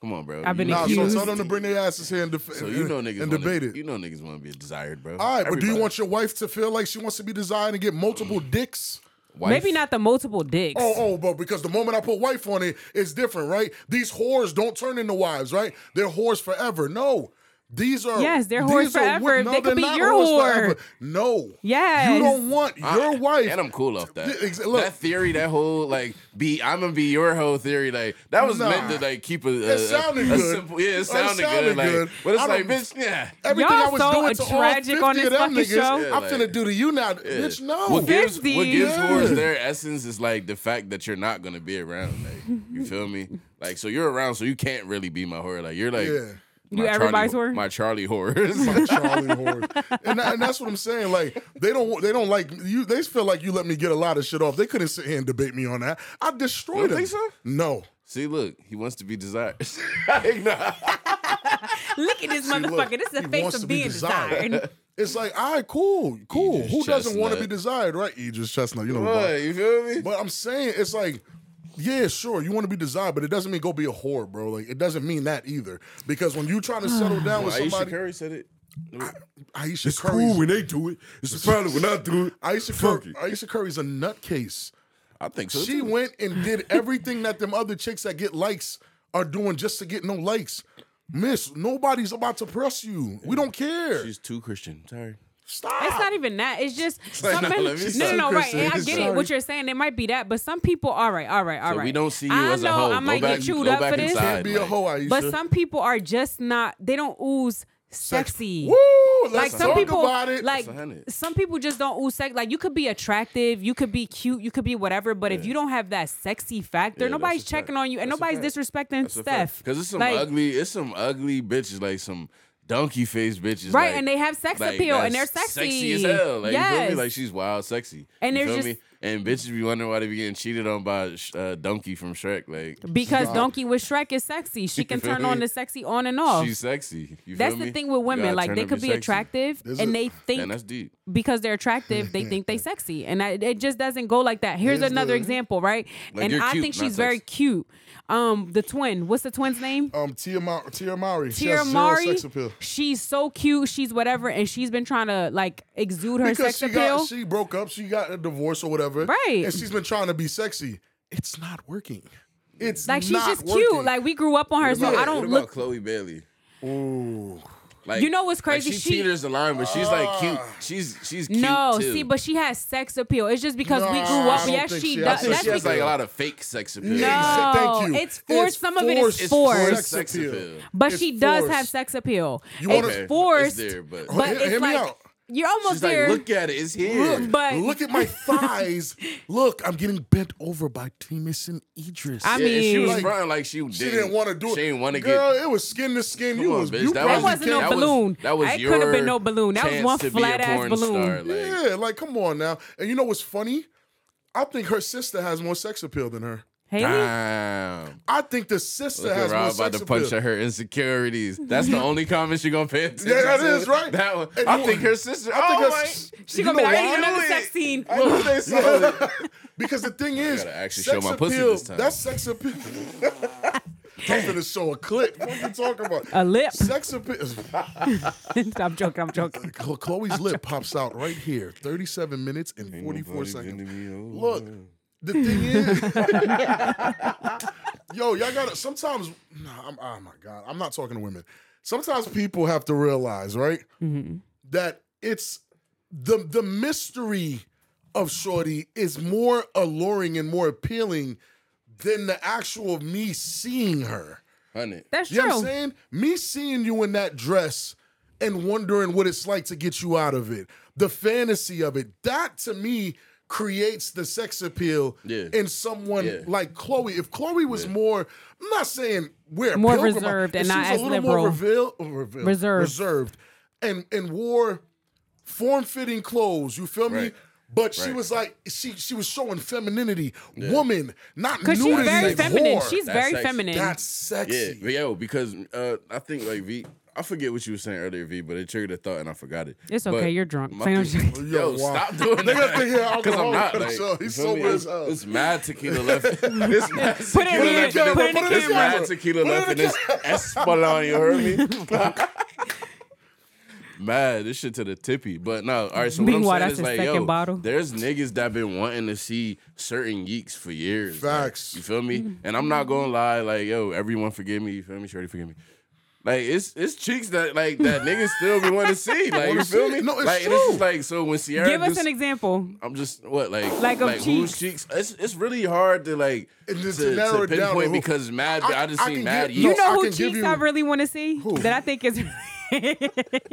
C: come on, bro.
B: I've been
A: Nah, so
B: accused.
A: tell them to bring their asses here and, def-
C: So you know
A: and-
C: niggas
A: and
C: wanna,
A: debate it.
C: You know niggas want to be desired, bro.
A: All right, but do you
C: Everybody.
A: want your wife to feel like she wants to be desired and get multiple dicks?
C: Wife?
B: Maybe not the multiple dicks.
A: Oh, oh, but because the moment I put wife on it, it's different, right? These whores don't turn into wives, right? They're whores forever. No. These are
B: Yes, they're
A: these
B: whores
A: are
B: forever.
A: wo-
B: They could
A: they're
B: be
A: not
B: your
A: whores
B: whore.
A: forever. No.
B: Yes.
A: You don't want
C: I-
A: your wife.
C: And I'm cool off that.
A: Yeah, ex- look.
C: that theory, that whole like be I'm gonna be your whole theory, like that was
A: Nah.
C: meant to like keep a, a,
A: It sounded
C: a
A: good.
C: simple yeah,
A: It
C: it sounded,
A: sounded
C: good, like
A: good.
C: but it's
A: I
C: like
A: don't-
C: bitch, yeah.
A: Everything
B: Y'all
A: I was
B: so
A: doing to all
B: tragic
A: 50
B: on this
A: of them
B: fucking
A: niggas,
B: show.
A: I'm
C: Yeah,
A: finna
C: like-
A: do to you now.
C: Yeah.
A: Bitch, no.
C: What gives, what
B: 50.
C: gives
A: Yeah.
C: whores their essence is like the fact that you're not gonna be around. Like, you feel me? Like, so you're around, so you can't really be my whore. Like, you're like,
A: Yeah.
B: You
C: my
B: everybody's
C: Charlie,
B: whore?
C: My Charlie horrors.
A: My Charlie whore. And, that, and that's what I'm saying. Like they don't they don't like you. They feel like you let me get a lot of shit off. They couldn't sit here and debate me on that. I destroyed
C: You don't
A: them.
C: think so?
A: No.
C: See, look, he wants to be desired. Like, nah.
B: Look at this
A: look,
B: motherfucker. This is
A: he
B: the face
A: wants to
B: of
A: be
B: being
A: desired.
B: desired.
A: It's like, all right, cool, cool.
C: Idris
A: Who doesn't want to be
C: Chestnut.
A: desired, right? Idris Chestnut, you know. the
C: What,
A: vibe.
C: you feel me?
A: But I'm saying it's like, yeah, sure, you want to be desired, but it doesn't mean go be a whore, bro. Like it doesn't mean that either. Because when you trying to settle down with
C: Aisha
A: somebody,
C: Curry said it.
A: Aisha Curry's
E: when they do it. It's a problem when I do it.
A: Aisha, Cur- Aisha Curry's a nutcase.
C: I think so.
A: She
C: too.
A: went and did everything that them other chicks that get likes are doing just to get no likes. Miss, nobody's about to press you. We don't care.
C: She's too Christian. Sorry.
A: Stop.
B: It's not even that. It's just
C: like,
B: some
C: nah,
B: men-
C: let me
B: no,
C: stop.
B: no, no, right. And I
C: Christian,
B: get it. What you're saying, it might be that, but some people, all right, all right, all right.
C: So we don't see you
B: I
C: as a
B: know
C: hoe.
B: I
C: Go
B: might
C: back-
B: get chewed
C: go
B: up
C: back
B: for this,
C: inside.
A: Can't be a
C: like-
A: hoe, Aisha.
B: but some people are just not. They don't ooze sexy.
A: Woo, let's
B: like some
A: talk
B: people,
A: about it.
B: like
C: That's a hundred.
B: some people just don't ooze sex. Like you could be attractive, you could be cute, you could be whatever, but if you don't have that sexy factor,
C: Yeah, that's
B: nobody's
C: a fact.
B: checking on you and
C: That's a
B: nobody's disrespecting Steph.
C: Because it's some
B: Like,
C: ugly, it's some ugly bitches, like some donkey face bitches.
B: Right,
C: like-
B: and they have sex
C: like,
B: appeal, and
C: that's
B: they're
C: Sexy
B: sexy.
C: as hell. Like, you feel me?
B: Yes.
C: Like she's wild sexy.
B: And
C: you
B: there's
C: feel
B: just-
C: me? And bitches be wondering why they be getting cheated on by sh- uh, Donkey from Shrek. Like
B: Because Donkey with Shrek is sexy. She can
C: feel
B: turn on
C: me?
B: the sexy on and off.
C: she's sexy. You
B: that's
C: feel
B: the
C: me?
B: thing with
C: You
B: women.
C: gotta
B: Like
C: turn
B: they
C: to
B: could
C: be
B: be,
C: sexy.
B: attractive
A: There's
B: and
A: a-
B: they
C: Man,
B: think
C: that's deep.
B: because they're attractive, they think they sexy. And I, it just doesn't go like that. Here's,
A: Here's
B: another
A: the-
B: example, right?
C: Like,
B: and
C: you're
B: I
C: cute,
B: think
C: not
B: she's very
C: sexy.
B: cute. Um, the twin. What's the twin's name?
A: um, Tia, Ma- Tia Mowry. She
B: Tira
A: has zero
B: Mari,
A: sex appeal.
B: she's so cute. She's whatever, and she's been trying to like exude her
A: because
B: sex
A: she
B: appeal.
A: got she broke up, she got a divorce or whatever,
B: Right.
A: And she's been trying to be sexy. It's not working. It's
B: like she's
A: not
B: just
A: working.
B: cute. Like we grew up on her, so
C: What about-
B: I
C: what
B: don't
C: about
B: look.
C: Chloe Bailey. Like,
B: You know what's crazy?
C: Like she,
B: She-
C: teeters the line, but she's like cute.
A: Ah.
C: She's she's cute
B: No,
C: too.
B: see, but she has sex appeal. It's just because we
A: Nah,
B: grew
A: I
B: up.
A: don't
B: Yes,
A: think
B: she
A: she
B: does.
A: has
C: I think
B: That's
C: she has
B: because
C: like a lot of fake sex appeal.
B: No,
A: Thank you.
B: it's forced. Some of it is
A: it's
B: forced.
A: forced
C: Sex appeal.
B: But
A: It's
B: she does
A: forced.
B: have sex appeal.
A: You
B: it's
A: wanna-
C: Okay, it's
B: forced,
C: there, but-
B: but
A: Hear-
B: it's
A: hear me
B: like
A: out.
B: you're almost
C: She's like,
B: there.
C: look at it, it's here.
A: Look,
B: But-
A: look at my thighs. look, I'm getting bent over by Timus and Idris.
B: I
C: yeah, and she was
B: mean-
C: fronting like she didn't,
A: she didn't want to do it.
C: She didn't want to
A: Girl,
C: get.
A: it was skin to skin.
C: Come
A: you
C: on,
A: was
C: bitch,
A: you
C: that
B: That
A: probably
C: was-
B: wasn't no
A: can't-
C: that was-
B: balloon.
C: that was
B: That could have
C: your
B: been no balloon. That was
C: chance
B: one
C: to be a
B: flat ass
C: porn
B: balloon.
C: star, like-
A: yeah, like come on now. And you know what's funny? I think her sister has more sex appeal than her.
B: Haley,
C: Damn.
A: I think the sister
C: Look at
A: has more
C: Rob
A: sex
C: about to
A: appeal.
C: punch at her insecurities. That's the only comment she gonna pay attention
A: Yeah, that
C: to.
A: is right.
C: That one.
A: And
C: I
A: you-
C: think her sister.
A: I think
C: oh
A: her-
C: my-
B: she
A: you
B: gonna be
A: know
B: like,
A: why?
B: "Hey, another
C: Really?
B: sex scene.
C: I knew they saw it.
A: Because the thing is,
C: gotta actually
A: sex
C: show my
A: appeal,
C: pussy this time.
A: That's sex appeal. I'm gonna show a clip. What you talking about?
B: A lip.
A: Sex appeal.
B: I'm joking. I'm joking.
A: Chlo- Chloe's lip pops out right here. 37 minutes and 44 seconds. Look, the thing is, yo, y'all gotta sometimes, nah, I'm, oh my God, I'm not talking to women. Sometimes people have to realize, right, that it's the, the mystery of Shorty is more alluring and more appealing than the actual me seeing her.
C: Hundred.
B: That's
A: You know what I'm
B: true.
A: saying? Me seeing you in that dress and wondering what it's like to get you out of it, the fantasy of it, that to me creates the sex appeal
C: Yeah.
A: in someone
C: Yeah.
A: like Chloe. If Chloe was more, I'm not saying we're
B: More reserved and not
A: she's
B: as
A: a little more
B: liberal.
A: reveal, oh, reveal,
B: Reserved.
A: reserved, and and wore form fitting clothes. You feel me?
C: Right.
A: But she
C: Right.
A: was like she she was showing femininity, woman, not
B: Because
A: nudity.
B: she's very
A: whore.
B: feminine. She's
C: That's
B: very
C: sexy.
B: feminine.
A: that's
C: Yeah,
A: sexy.
C: but yo, because uh, I think like V, I forget what you were saying earlier, V, but it triggered a thought and I forgot it.
B: It's
C: But
B: okay, you're drunk.
C: my
B: Say no
C: thing-
B: shit.
C: yo,
A: Yo, wow.
C: stop doing
A: They
C: that.
A: got to hear
C: Because I'm
A: alcohol
C: not.
A: on the
C: Like,
A: show. He's
C: you feel me?
A: sober as
C: It's-
A: hell.
C: It's mad tequila left. It's mad
B: Put it
C: tequila
B: in,
C: left.
B: put it in the
C: It's
B: camera.
C: mad tequila
A: Put it
C: left
A: in
C: in
A: the
C: this Espolon. You heard me? Mad, this shit to the tippy, but no. All right, so what I'm
B: Meanwhile,
C: saying
B: that's
C: is
B: his
C: like,
B: second
C: yo,
B: bottle.
C: there's niggas that been wanting to see certain geeks for years. like,
A: Facts.
C: you feel me? And I'm not gonna lie, like, yo, everyone forgive me. You feel me? Shorty forgive me. Like it's it's cheeks that like that niggas still be wanting to see. Like you
A: Wanna
C: feel
A: see
C: me?
A: it. No, it's
C: like this
A: true.
C: is like so when Sierra
B: Give us
C: do-
B: an example.
C: I'm just what like
B: Like of
C: whose cheeks? It's it's really hard to like
A: And just
C: to,
A: narrow
C: to
A: it down to
C: pinpoint
A: who-
C: because mad.
A: I-
C: I, just
A: I
C: seen
A: can
C: mad.
A: get-
C: yeast.
A: No,
B: You know
A: I
B: who
A: can give
B: cheeks
A: you-
B: I really want to see that I think is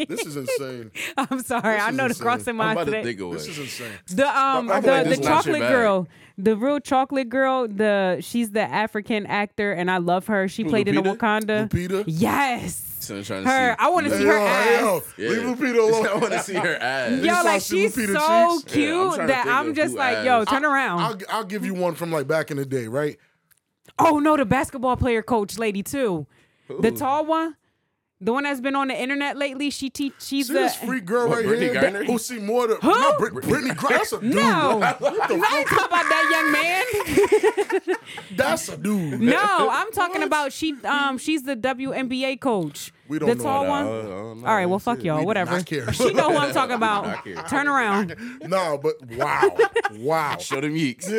A: This is insane.
B: I'm sorry.
A: This
B: I
A: is
B: know the
A: insane.
B: crossing
C: I'm
B: my
C: about to
B: today.
C: think away.
A: This is insane.
B: The um
C: I
B: the,
C: feel like
B: the
C: this is not your
B: chocolate
C: bag.
B: girl, the real chocolate girl, the she's the African actor and I love her. She played in the
C: Lupita?
B: Wakanda.
A: Lupita.
B: Yes.
C: So I'm trying to
B: Her.
C: see.
B: I want to see her ass.
A: yo,
C: Yeah.
A: leave Lupita
C: I
A: alone.
C: want to see her ass.
A: Yeah.
B: Yo,
A: just
B: like
A: lost two
B: she's
A: Lupita cheeks.
B: so
C: Yeah, I'm
B: cute
C: trying to
B: that
C: think
B: I'm
C: of
B: just
C: who
B: like,
C: asked.
B: yo, turn around.
A: I'll, I'll give you one from like back in the day, right?
B: oh no, the basketball player coach lady too, the tall one, the one that's been on the internet lately. She teach. She's
A: See
B: the
A: this freak girl
C: What,
A: right
C: Brittany
A: here
C: Griner?
A: who see more to
B: Who?
A: not Brit- Brittany Griner. That's a dude.
B: no. I ain't
A: What the fuck?
B: talking about that young man.
A: That's a dude.
B: No, I'm talking about she. Um, she's the WNBA coach.
A: We don't
B: the
A: know
B: tall
A: that.
B: one.
C: I don't know.
B: All right, well, fuck y'all.
A: do
B: Whatever.
A: not care.
B: She know who I'm talking about.
C: not care.
B: Turn around.
A: No, but wow, wow.
C: Show them yeeks.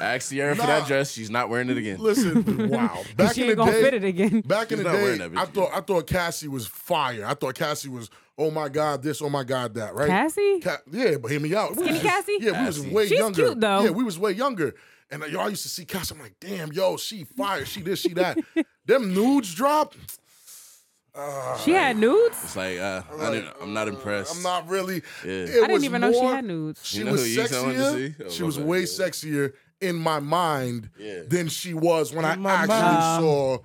C: Ask Sierra for
A: Nah.
C: that dress. She's not wearing it again.
A: Listen, wow. Back
B: She
A: in the
B: ain't gonna
A: day,
B: fit it again.
A: back in
C: She's
A: the
C: not wearing
A: day,
C: that bitch
A: I thought I thought Cassie was fire. I thought Cassie was oh my god this, oh my god that, right?
B: Cassie?
A: Ca- yeah, but hear me out. We
B: Skinny
A: was just-
B: Cassie?
A: Yeah, we was
C: Cassie.
A: way
B: She's
A: younger.
B: cute, though.
A: Yeah, we was way younger. And uh, y'all used to see Cassie. I'm like, damn, yo, she fire. She this, she that. Them nudes drop.
B: She had nudes.
C: It's like, uh, I didn't, I'm not impressed.
A: I'm not really. it
B: I didn't
A: was
B: even know she
A: more-
B: had nudes.
A: She
C: You know
A: was
C: who Yeeks I wanted to
A: sexier.
C: see? Oh,
A: she
C: my
A: was
C: bad.
A: way sexier in my mind
C: Yeah.
A: than she was when
E: my
A: I actually
B: mind.
A: saw.
B: Um,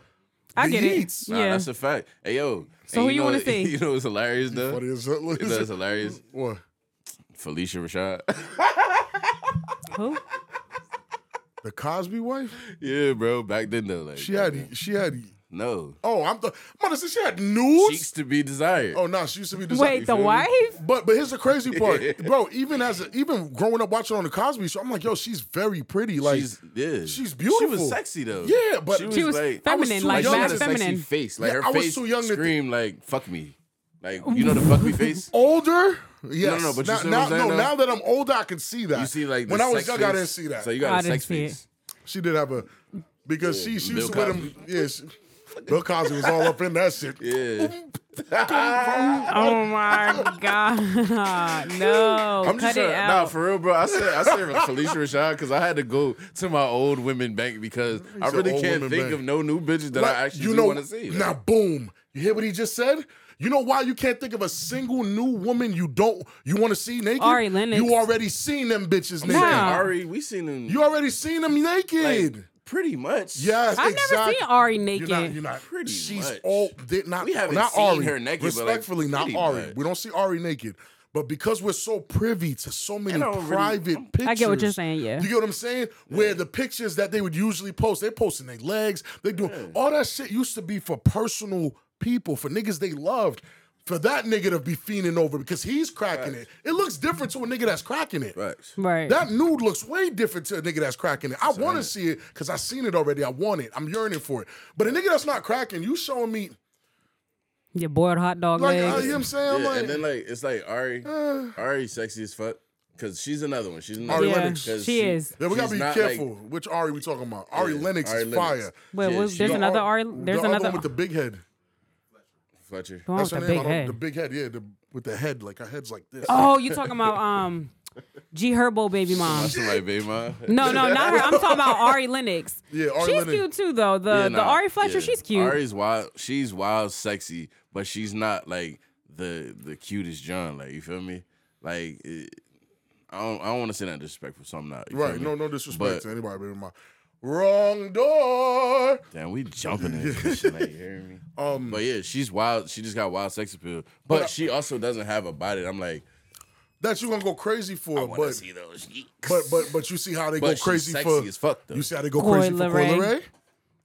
B: I
A: the
B: get it.
A: Yeats.
C: Nah,
B: Yeah.
C: that's a fact. Hey, yo.
B: So
C: and
B: who you
C: know-
B: wanna see?
C: You know what's hilarious, though?
A: What
C: You
A: is it? What?
C: know what's hilarious?
A: what?
C: Felicia Rashad.
B: Who?
A: The Cosby wife?
C: yeah, bro. Back then, though. Like, uh,
A: She had. She had.
C: No.
A: Oh, I'm. The, I'm gonna say she had nudes.
C: Cheeks to be desired.
A: Oh no, she used to be. Designed.
B: Wait, the wife?
A: But but here's the crazy part, bro. Even as a, even growing up watching on the Cosby Show, I'm like, yo, she's very pretty. Like
C: she's, yeah.
A: she's beautiful.
C: She was sexy, though.
A: Yeah, but-
C: she was,
B: She was
C: like,
A: I was
B: feminine,
A: too
B: like
A: young
C: she
A: mad
C: had
B: that's
C: a
B: feminine.
C: sexy face. Like
A: Yeah,
C: her
A: I was
C: face
A: too young to-
C: screamed like "fuck me." Like you know the "fuck me" face.
A: older. Yes.
C: no, but you
A: now,
C: see what
A: now-
C: I'm saying,
A: no,
C: though?
A: now that I'm older, I can see that.
C: You see like the
A: when I was
C: sex
A: younger, I
C: face.
A: didn't see that.
C: So you got
B: I
C: a
B: didn't
C: sex
B: see it.
C: face.
A: She did have a because she she used
C: Bill
A: to wear them. Yeah, she, Bill Cosby was all up in that shit.
C: Yeah.
B: Oh my god! No,
C: I'm
B: cut
C: just
B: it
C: saying, nah,
B: out.
C: for real, bro. I said I said Felicia Rashad because I had to go to my old women bank because I
A: said
C: really
A: old
C: can't
A: women
C: think
A: bank.
C: of no new bitches that I
A: Like,
C: actually want to see.
A: Now, boom. You hear what he just said? You know why you can't think of a single new woman you don't you want to see naked?
B: Ari Lennox.
A: You already seen them bitches naked.
C: Like,
B: Nah.
C: Ari, we seen them
A: You already seen them naked.
C: like, pretty much.
A: yes,
B: I've
A: exactly.
B: never seen Ari
A: You're
B: naked.
A: not, you're not.
C: Pretty
A: She's
C: much.
A: all did not.
C: We haven't
A: not
C: seen
A: Ari.
C: her naked, but, like,
A: Respectfully, not
C: pretty
A: Ari.
C: much.
A: We don't see Ari naked. But because we're so privy to so many
C: And I don't really-
A: private pictures,
B: I get what you're saying, yeah.
A: you get what I'm saying. Where the pictures that they would usually post, they're posting their legs, they doing all that shit used to be for personal people, for niggas they loved. For that nigga to be fiending over because he's cracking it, it looks different to a nigga that's cracking it.
C: Facts.
B: right.
A: That nude looks way different to a nigga that's cracking it. I want to see it because I seen it already. I want it. I'm yearning for it. But a nigga that's not cracking, you showing me
B: Your boiled hot dog
A: like uh, you
B: legs.
A: know what I'm saying? I'm
C: Yeah,
A: like, uh,
C: and then like it's like Ari, Ari sexy as fuck because she's another one. She's another
A: Ari
C: one.
A: Lennox.
C: 'Cause
B: She is.
A: yeah, we gotta
C: she's
A: be
C: not,
A: careful.
C: Like,
A: Which Ari we talking about? Ari Lennox
C: Ari
A: is
C: Lennox.
A: fire.
B: Wait,
C: Yeah,
B: was-
C: she-
B: there's
A: The
B: another
A: Ar-
B: Ari. There's
A: the other
B: another.
A: one with the big head.
C: Fletcher.
B: the one with
A: That's her
B: the big
A: name. I don't-
B: head.
A: The big head. Yeah, the, with the head. Like her head's like this.
B: Oh, you talking about um, G Herbo baby mom?
C: That's right, baby. ma.
B: No, no, not her. I'm talking about Ari Lennox.
A: Yeah, Ari
B: she's
A: Lennox.
B: cute too, though. The
C: Yeah,
B: Uh, the
C: nah,
B: Ari Fletcher,
C: yeah.
B: she's cute.
C: Ari's wild. She's wild, sexy, but she's not like the the cutest John. Like you feel me? Like it, I don't I don't want to say that disrespectful, so I'm not. you feel
A: right.
C: me?
A: No, no disrespect
C: Mm-hmm. But-
A: to anybody, baby. My wrong door.
C: Damn, we jumping in this shit. Like, you hear me?
A: Um,
C: But yeah, she's wild. She just got wild sex appeal, but,
A: But I-
C: she also doesn't have a body. that I'm like,
A: that you gonna go crazy for,
C: I want
A: but
C: to see those. yeeks.
A: But but but you see how they go
C: But she's
A: crazy
C: sexy
A: for
C: as fuck, though.
A: You see how they go
B: Coi
A: crazy for
B: Leray.
A: Coil Ray?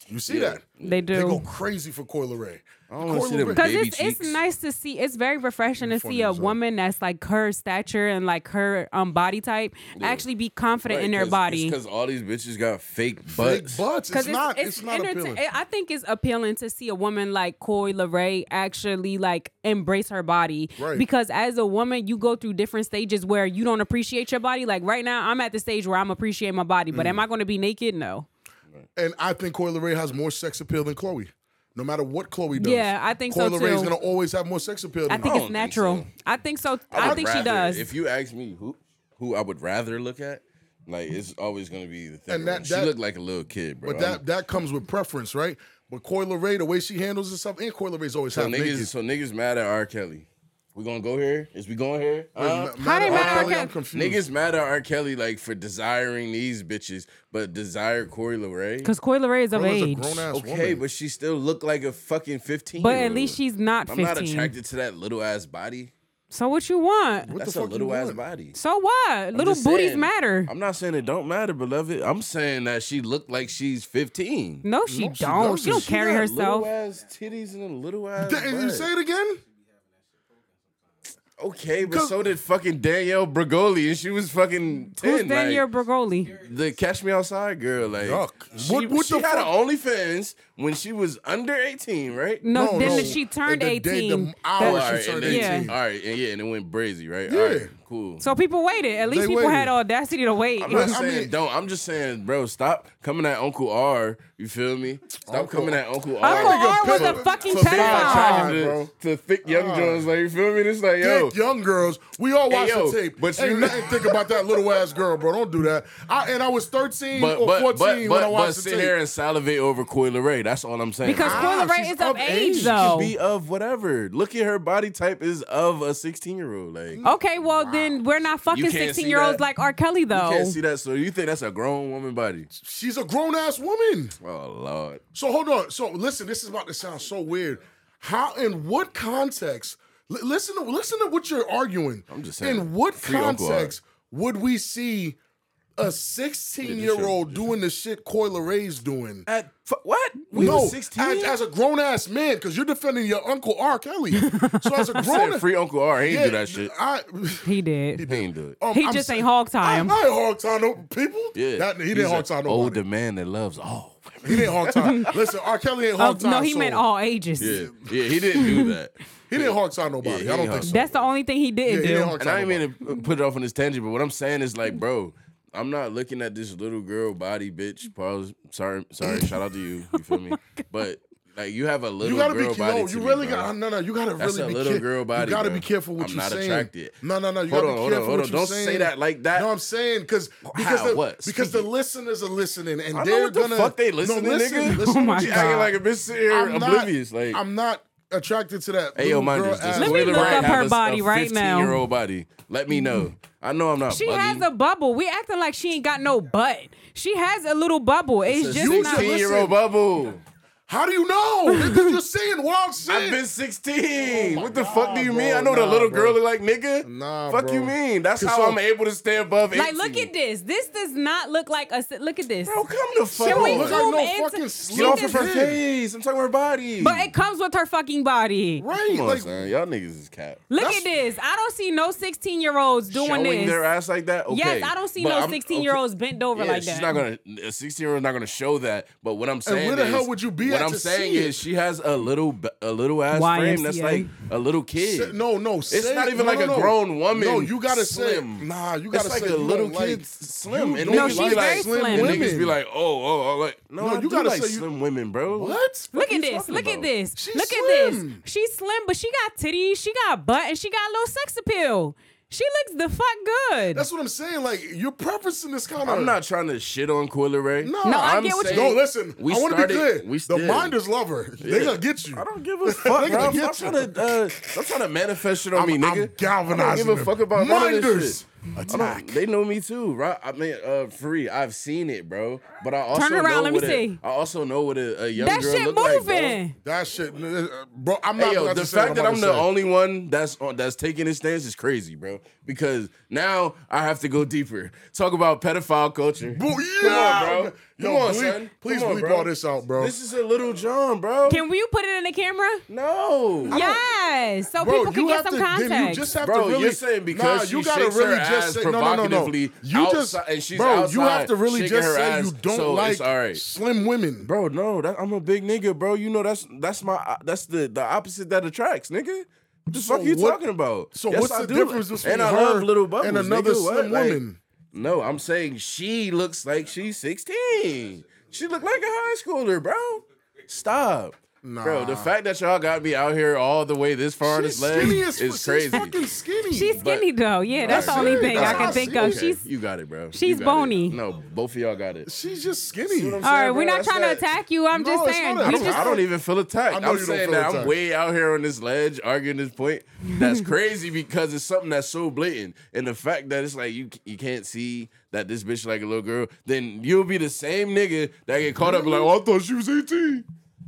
A: You see
C: Yeah.
A: that?
B: They
A: They go
B: do.
A: crazy for Coil Ray.
C: I don't wanna see them
B: Because
C: Baby
B: it's, it's
C: cheeks.
B: nice to see. It's very refreshing to
A: funny
B: see a
A: as hell.
B: woman that's like her stature and like her um body type actually be confident in their body.
C: because all these bitches got fake
A: Big
C: butts.
A: butts. It's, not. It's, not
B: entertain-
A: appealing.
B: I think it's appealing to see a woman like Corey LeRae actually like embrace her body.
A: Right.
B: Because as a woman, you go through different stages where you don't appreciate your body. Like right now, I'm at the stage where I'm appreciate my body,
C: Mm.
B: but am I going to be naked? No.
A: and I think Coil Ray has more sex appeal than Chloe. No matter what Chloe does.
B: Yeah, I think so,
A: Coi Leray is
B: too.
A: gonna always have more sex appeal.
B: I
A: Than
B: think
A: her.
B: it's
C: don't think
B: natural.
C: so.
B: I think so.
C: I
B: I,
C: would
B: think she
C: rather-
B: does.
C: If you ask me who who I would rather look at, like it's always gonna be the thing.
A: And that-
C: she
A: that-
C: looked like a little kid, bro.
A: But that that comes with preference, right? But Coil Ray, the way she handles herself, and Coil Ray's always
C: So
A: half naked.
C: niggas, so niggas mad at R. Kelly. We gonna go here? Is we going here? Huh?
A: Ma- Matter
B: they
A: of
B: mad
A: fact,
B: at
A: Kelly,
B: Kelly?
A: I'm confused.
C: Niggas mad at R. Kelly like for desiring these bitches, but desired Corey LeRae.
B: Because Coyle Ray is of
A: Girl is a
B: age.
A: grown-ass
C: Okay,
A: woman.
C: but she still looked like a fucking fifteen.
B: But at least she's not
C: I'm
B: 15.
C: not attracted to that little ass body.
B: So what you want?
A: What
C: That's
A: the
C: a
A: fuck you
C: little ass
A: doing?
C: body.
B: So what?
C: I'm
B: Little
C: just
B: booties
C: saying-
B: matter.
C: I'm not saying it don't matter, beloved. I'm saying that she looked like she's 15.
B: no, she
A: No, she
B: don't.
A: doesn't.
B: She don't
A: She
B: carry
C: got
B: herself.
C: Little ass titties and a little ass.
A: Da- you
C: butt.
A: say it again?
C: Okay, but
A: Cause-
C: so did fucking Danielle Brigoli, and she was fucking ten.
B: Who's Daniel
C: like,
B: Bergoli?
C: the Catch Me Outside girl, like
A: Yuck.
C: she,
A: What- what
C: she
A: the
C: had
A: fuck?
C: a OnlyFans when she was under eighteen, right?
B: No,
A: No,
B: then
A: no.
B: she turned
A: The day-
B: 18.
A: the
C: All
A: hour
B: That-
A: she
C: right, and
A: turned
C: then,
B: Yeah.
C: all right, and yeah, and it went brazy, right?
A: Yeah.
C: All right, cool.
B: so people waited. At least
A: They
B: people had
A: waited.
B: audacity to wait.
C: I'm not
A: I
C: saying
A: mean-
C: don't. I'm just saying, bro, stop coming at Uncle R. You feel me? Stop
A: Uncle-
C: coming at Uncle R.
B: Uncle
A: nigga
B: R was a
A: pedo-
B: fucking
C: for being
B: pedophile.
C: attracted
A: Bro.
C: to, to thick young Jones, like you feel me? It's like yo,
A: Thick young girls, we all watch
C: yo,
A: the tape.
C: but
A: But
C: you-
A: ain't nothing think about that little ass girl, bro. Don't do that. I, and I was 13
C: but
A: or
C: but
A: 14
C: but
A: when I
C: but, but
A: watched the
C: sit
A: tape.
C: here and salivate over Coi Ray. That's all I'm saying.
B: Because
C: I-
B: Coyle Ray
A: she's
B: is of
A: of
B: age,
A: age. She
C: Ah, she
B: though.
C: could be of whatever. Look at her body type is of a 16 year old. Like you
B: okay, well, then we're not fucking
C: can't see
B: 16 year olds
C: that.
B: like R. Kelly, though.
C: can't see that. So you think that's a grown woman body?
A: She's a grown ass woman.
C: Oh lord.
A: So hold on. So listen, this is about to sound so weird. How in what context? li- listen to listen to what you're arguing. I'm
C: just saying,
A: In what
C: free Uncle
A: context would we see a 16 year old doing the shit Coil Ray's doing?
C: At f- what? We
A: no,
C: was 16.
A: As, as a grown ass man, because you're defending your uncle R. Kelly. so as a grown
C: Said free Uncle R. He ain't do that shit.
A: I,
B: He did.
C: He ain't do Oh, it.
A: um,
B: He just
A: sa-
B: ain't hog
A: I, I ain't
B: time.
A: hog time no people.
C: Yeah,
A: That- he
C: He's
A: didn't hog
C: a
A: time
C: Older
A: nobody.
C: man that loves all. women.
A: He didn't hog time. Listen, R. Kelly ain't hog
B: Of-
A: time.
B: Oh, no, he
A: so
B: meant all ages.
C: Yeah, yeah, he didn't do that.
A: He didn't hog time nobody.
C: he
A: I don't
C: ain't
A: think
C: hog
A: so.
B: That's the only thing he didn't
A: Yeah, he
B: do.
A: didn't hog
C: And I ain't mean to put it off on this tangent, but what I'm saying is like, bro, I'm not looking at this little girl body, bitch. Pause. Sorry, sorry. Shout out to you. You
B: Oh
C: feel me? But like, you have a little
A: You gotta be
C: girl body.
A: yo,
C: to
A: you
C: me,
A: really
C: bro.
A: got no no. You gotta
C: That's
A: really
C: a
A: be
C: little
A: care-
C: girl body.
A: You gotta
C: bro.
A: be careful what
C: I'm
A: you
C: not
A: saying.
C: attracted.
A: No no no. You
C: Hold
A: gotta
C: on,
A: be
C: hold on,
A: careful
C: hold
A: what
C: on.
A: you
C: Don't
A: saying.
C: say that like that.
A: No, I'm saying because because
C: How?
A: the,
C: What?
A: because
C: Speak
A: the
C: it.
A: listeners are listening and
C: I know
A: they're
C: what the
A: gonna
C: fuck they listening,
A: no, listen,
C: nigga.
A: Listen,
B: Oh my
C: She
A: you-
C: acting
B: God.
C: like a bitch sitting here
A: I'm not-
C: oblivious. like,
A: I'm not attracted to that.
C: hey, yo,
A: little
C: mind
A: girl
C: you,
A: ass-
B: Let me look up her body right now.
C: Year old body. Let me know. I know I'm not.
B: She
C: buggy.
B: has a bubble. We acting like she ain't got no butt. She has a little bubble. It's,
C: It's a
B: just
A: you
B: not.
A: just-
C: 16 year old bubble.
A: How do you know? Nigga, You're saying wild shit.
C: I've been 16.
A: Oh my
C: what the
A: God,
C: fuck do you mean?
A: bro.
C: I know the
A: Nah,
C: little
A: bro.
C: girl look like nigga.
A: Nah,
C: fuck
A: bro.
C: you mean? That's
A: Cause
C: how
A: so-
C: I'm able to stay above 18.
B: Like, look at this. This does not look like a. si- Look at this.
C: Bro, come the fuck
B: Can we
C: on.
A: Look like
B: zoom
A: no
B: into-
A: fucking
B: she
C: Get off of
B: does-
C: her
A: Yeah.
C: face. I'm talking about her body.
B: But it comes with her fucking body.
A: right.
C: come on,
A: like
C: son. Y'all niggas is cap.
B: Look
A: That's-
B: at this. I don't see no 16 year olds doing
C: Showing
B: this.
C: their ass like that? Okay.
B: Yes, I don't see
C: But
B: no
C: I'm-
B: 16 year
C: okay.
B: olds bent over
C: yeah,
B: like
C: she's
B: that.
C: not gonna. A sixteen-year-old's not gonna show that. But what I'm saying
A: where the
C: is,
A: hell would you be at
C: What I'm
A: to
C: saying
A: see
C: is, she has a little, b- a little ass frame that's
B: YMCA.
C: like a little kid.
A: Say- No, no. It's
C: not even like a grown woman
A: No, you gotta say.
C: slim.
A: Nah, you
C: It's
A: gotta
C: like
A: say
C: a
A: you
C: little
A: don't like-
C: kid slim, and
A: don't
B: No,
C: niggas
B: she's very
C: be like,
B: slim
C: and
B: women.
C: niggas be like, oh, oh, oh, like, no,
A: No,
C: I
A: you
C: do
A: gotta
C: like
A: say you-
C: slim women, bro.
A: What?
B: Look
C: Fuck
B: at
C: you
B: this.
C: talking
B: Look at
C: about?
B: this.
A: She's
B: look at
A: slim.
B: this. She's slim, but she got titties, she got butt, and she got a little sex appeal. She looks the fuck good.
A: That's what I'm saying. Like you're prefacing this kind of.
C: I'm not trying to shit on Coyle Ray.
A: No,
B: No, I
A: I'm
B: get what you-
A: saying- No, listen.
C: We
A: I want to be
C: started-
A: clear.
C: we
A: the
C: did.
A: minders love her. They
C: Yeah.
A: gonna get you.
C: I don't give a fuck,
A: Nigga,
C: bro. I'm
A: get
C: not trying to, uh, I'm trying to manifest shit on
A: I'm-
C: me, nigga.
A: I'm galvanizing
C: I don't give a
A: them.
C: fuck about none of this
A: Minders.
C: shit. I don't- They know me too, right? I mean, uh, free. I've seen it, bro. But I also
B: Turn around,
C: know
B: let me
C: what a-
B: see.
C: I also know what a, a young
B: that
C: girl
B: shit
C: look like, bro.
B: moving.
A: That shit, uh, bro. I'm not.
C: Hey, yo,
A: about
C: the
A: to say what
C: fact that I'm the
A: about to say.
C: only one that's on, that's taking this stance is crazy, bro. Because now I have to go deeper. Talk about pedophile culture.
A: Boo-
C: Come
A: yeah.
C: on, bro.
A: Yo,
C: Come
A: bleep-
C: on, son.
A: please
C: Come on,
A: bleep
C: bro.
A: all this out, bro.
C: This is a little John, bro.
B: Can we put it in the camera?
C: no.
B: Yes. So
A: Bro,
B: people can
A: you
B: get
A: have
B: some
A: to.
B: context.
A: Then you just have
C: Bro,
A: to really.
C: you're saying because
A: nah,
C: she
A: you gotta
C: shakes
A: really
C: her
A: just
C: ass
A: say no, no, no, no. You
C: provocatively
A: just,
C: outside- and she's
A: bro, you have
C: outside
A: to really
C: shaking
A: just
C: her
A: say
C: ass,
A: you don't
C: so
A: like
C: it's all right.
A: slim women.
C: Bro, no, that, I'm a big nigga, bro. You know that's that's my uh, that's the the opposite that attracts, nigga. What the
A: So
C: fuck you
A: what-
C: talking about?
A: So
C: Yes,
A: what's
C: I
A: the
C: do.
A: difference between
C: and I
A: her
C: love little bubbles,
A: and another
C: nigga. What?
A: slim
C: Like,
A: woman?
C: no, I'm saying she looks like she's 16. She look like a high schooler, bro. Stop.
A: Nah.
C: Bro, the fact that y'all got me out here all the way this far on
A: she's
C: this leg
A: skinny as
C: is
A: she's
C: crazy.
A: fucking skinny.
B: She's
C: But-
B: skinny though. Yeah, that's the
C: Right.
B: only thing I
A: That's
B: can
A: how
B: think
A: she
B: of.
A: is.
B: She's
C: you got it, bro. You
B: she's
C: got it.
B: bony.
C: No, both of y'all got it.
A: she's just skinny.
E: what I'm
B: all right.
E: saying,
B: We're
E: bro?
B: not
E: That's
B: trying to
E: that-
B: attack you. I'm
A: No,
B: just
A: it's
B: saying.
A: not
B: You
A: that.
B: just
C: I don't even feel attacked.
A: I
C: I
A: know
C: am
A: you don't
C: saying
A: feel
C: that I'm
A: attacked.
C: way out here on this ledge arguing this point. That's crazy because it's something that's so blatant. And the fact that it's like you you can't see that this bitch like a little girl, then you'll be the same nigga that get caught up like, oh, I thought she was 18.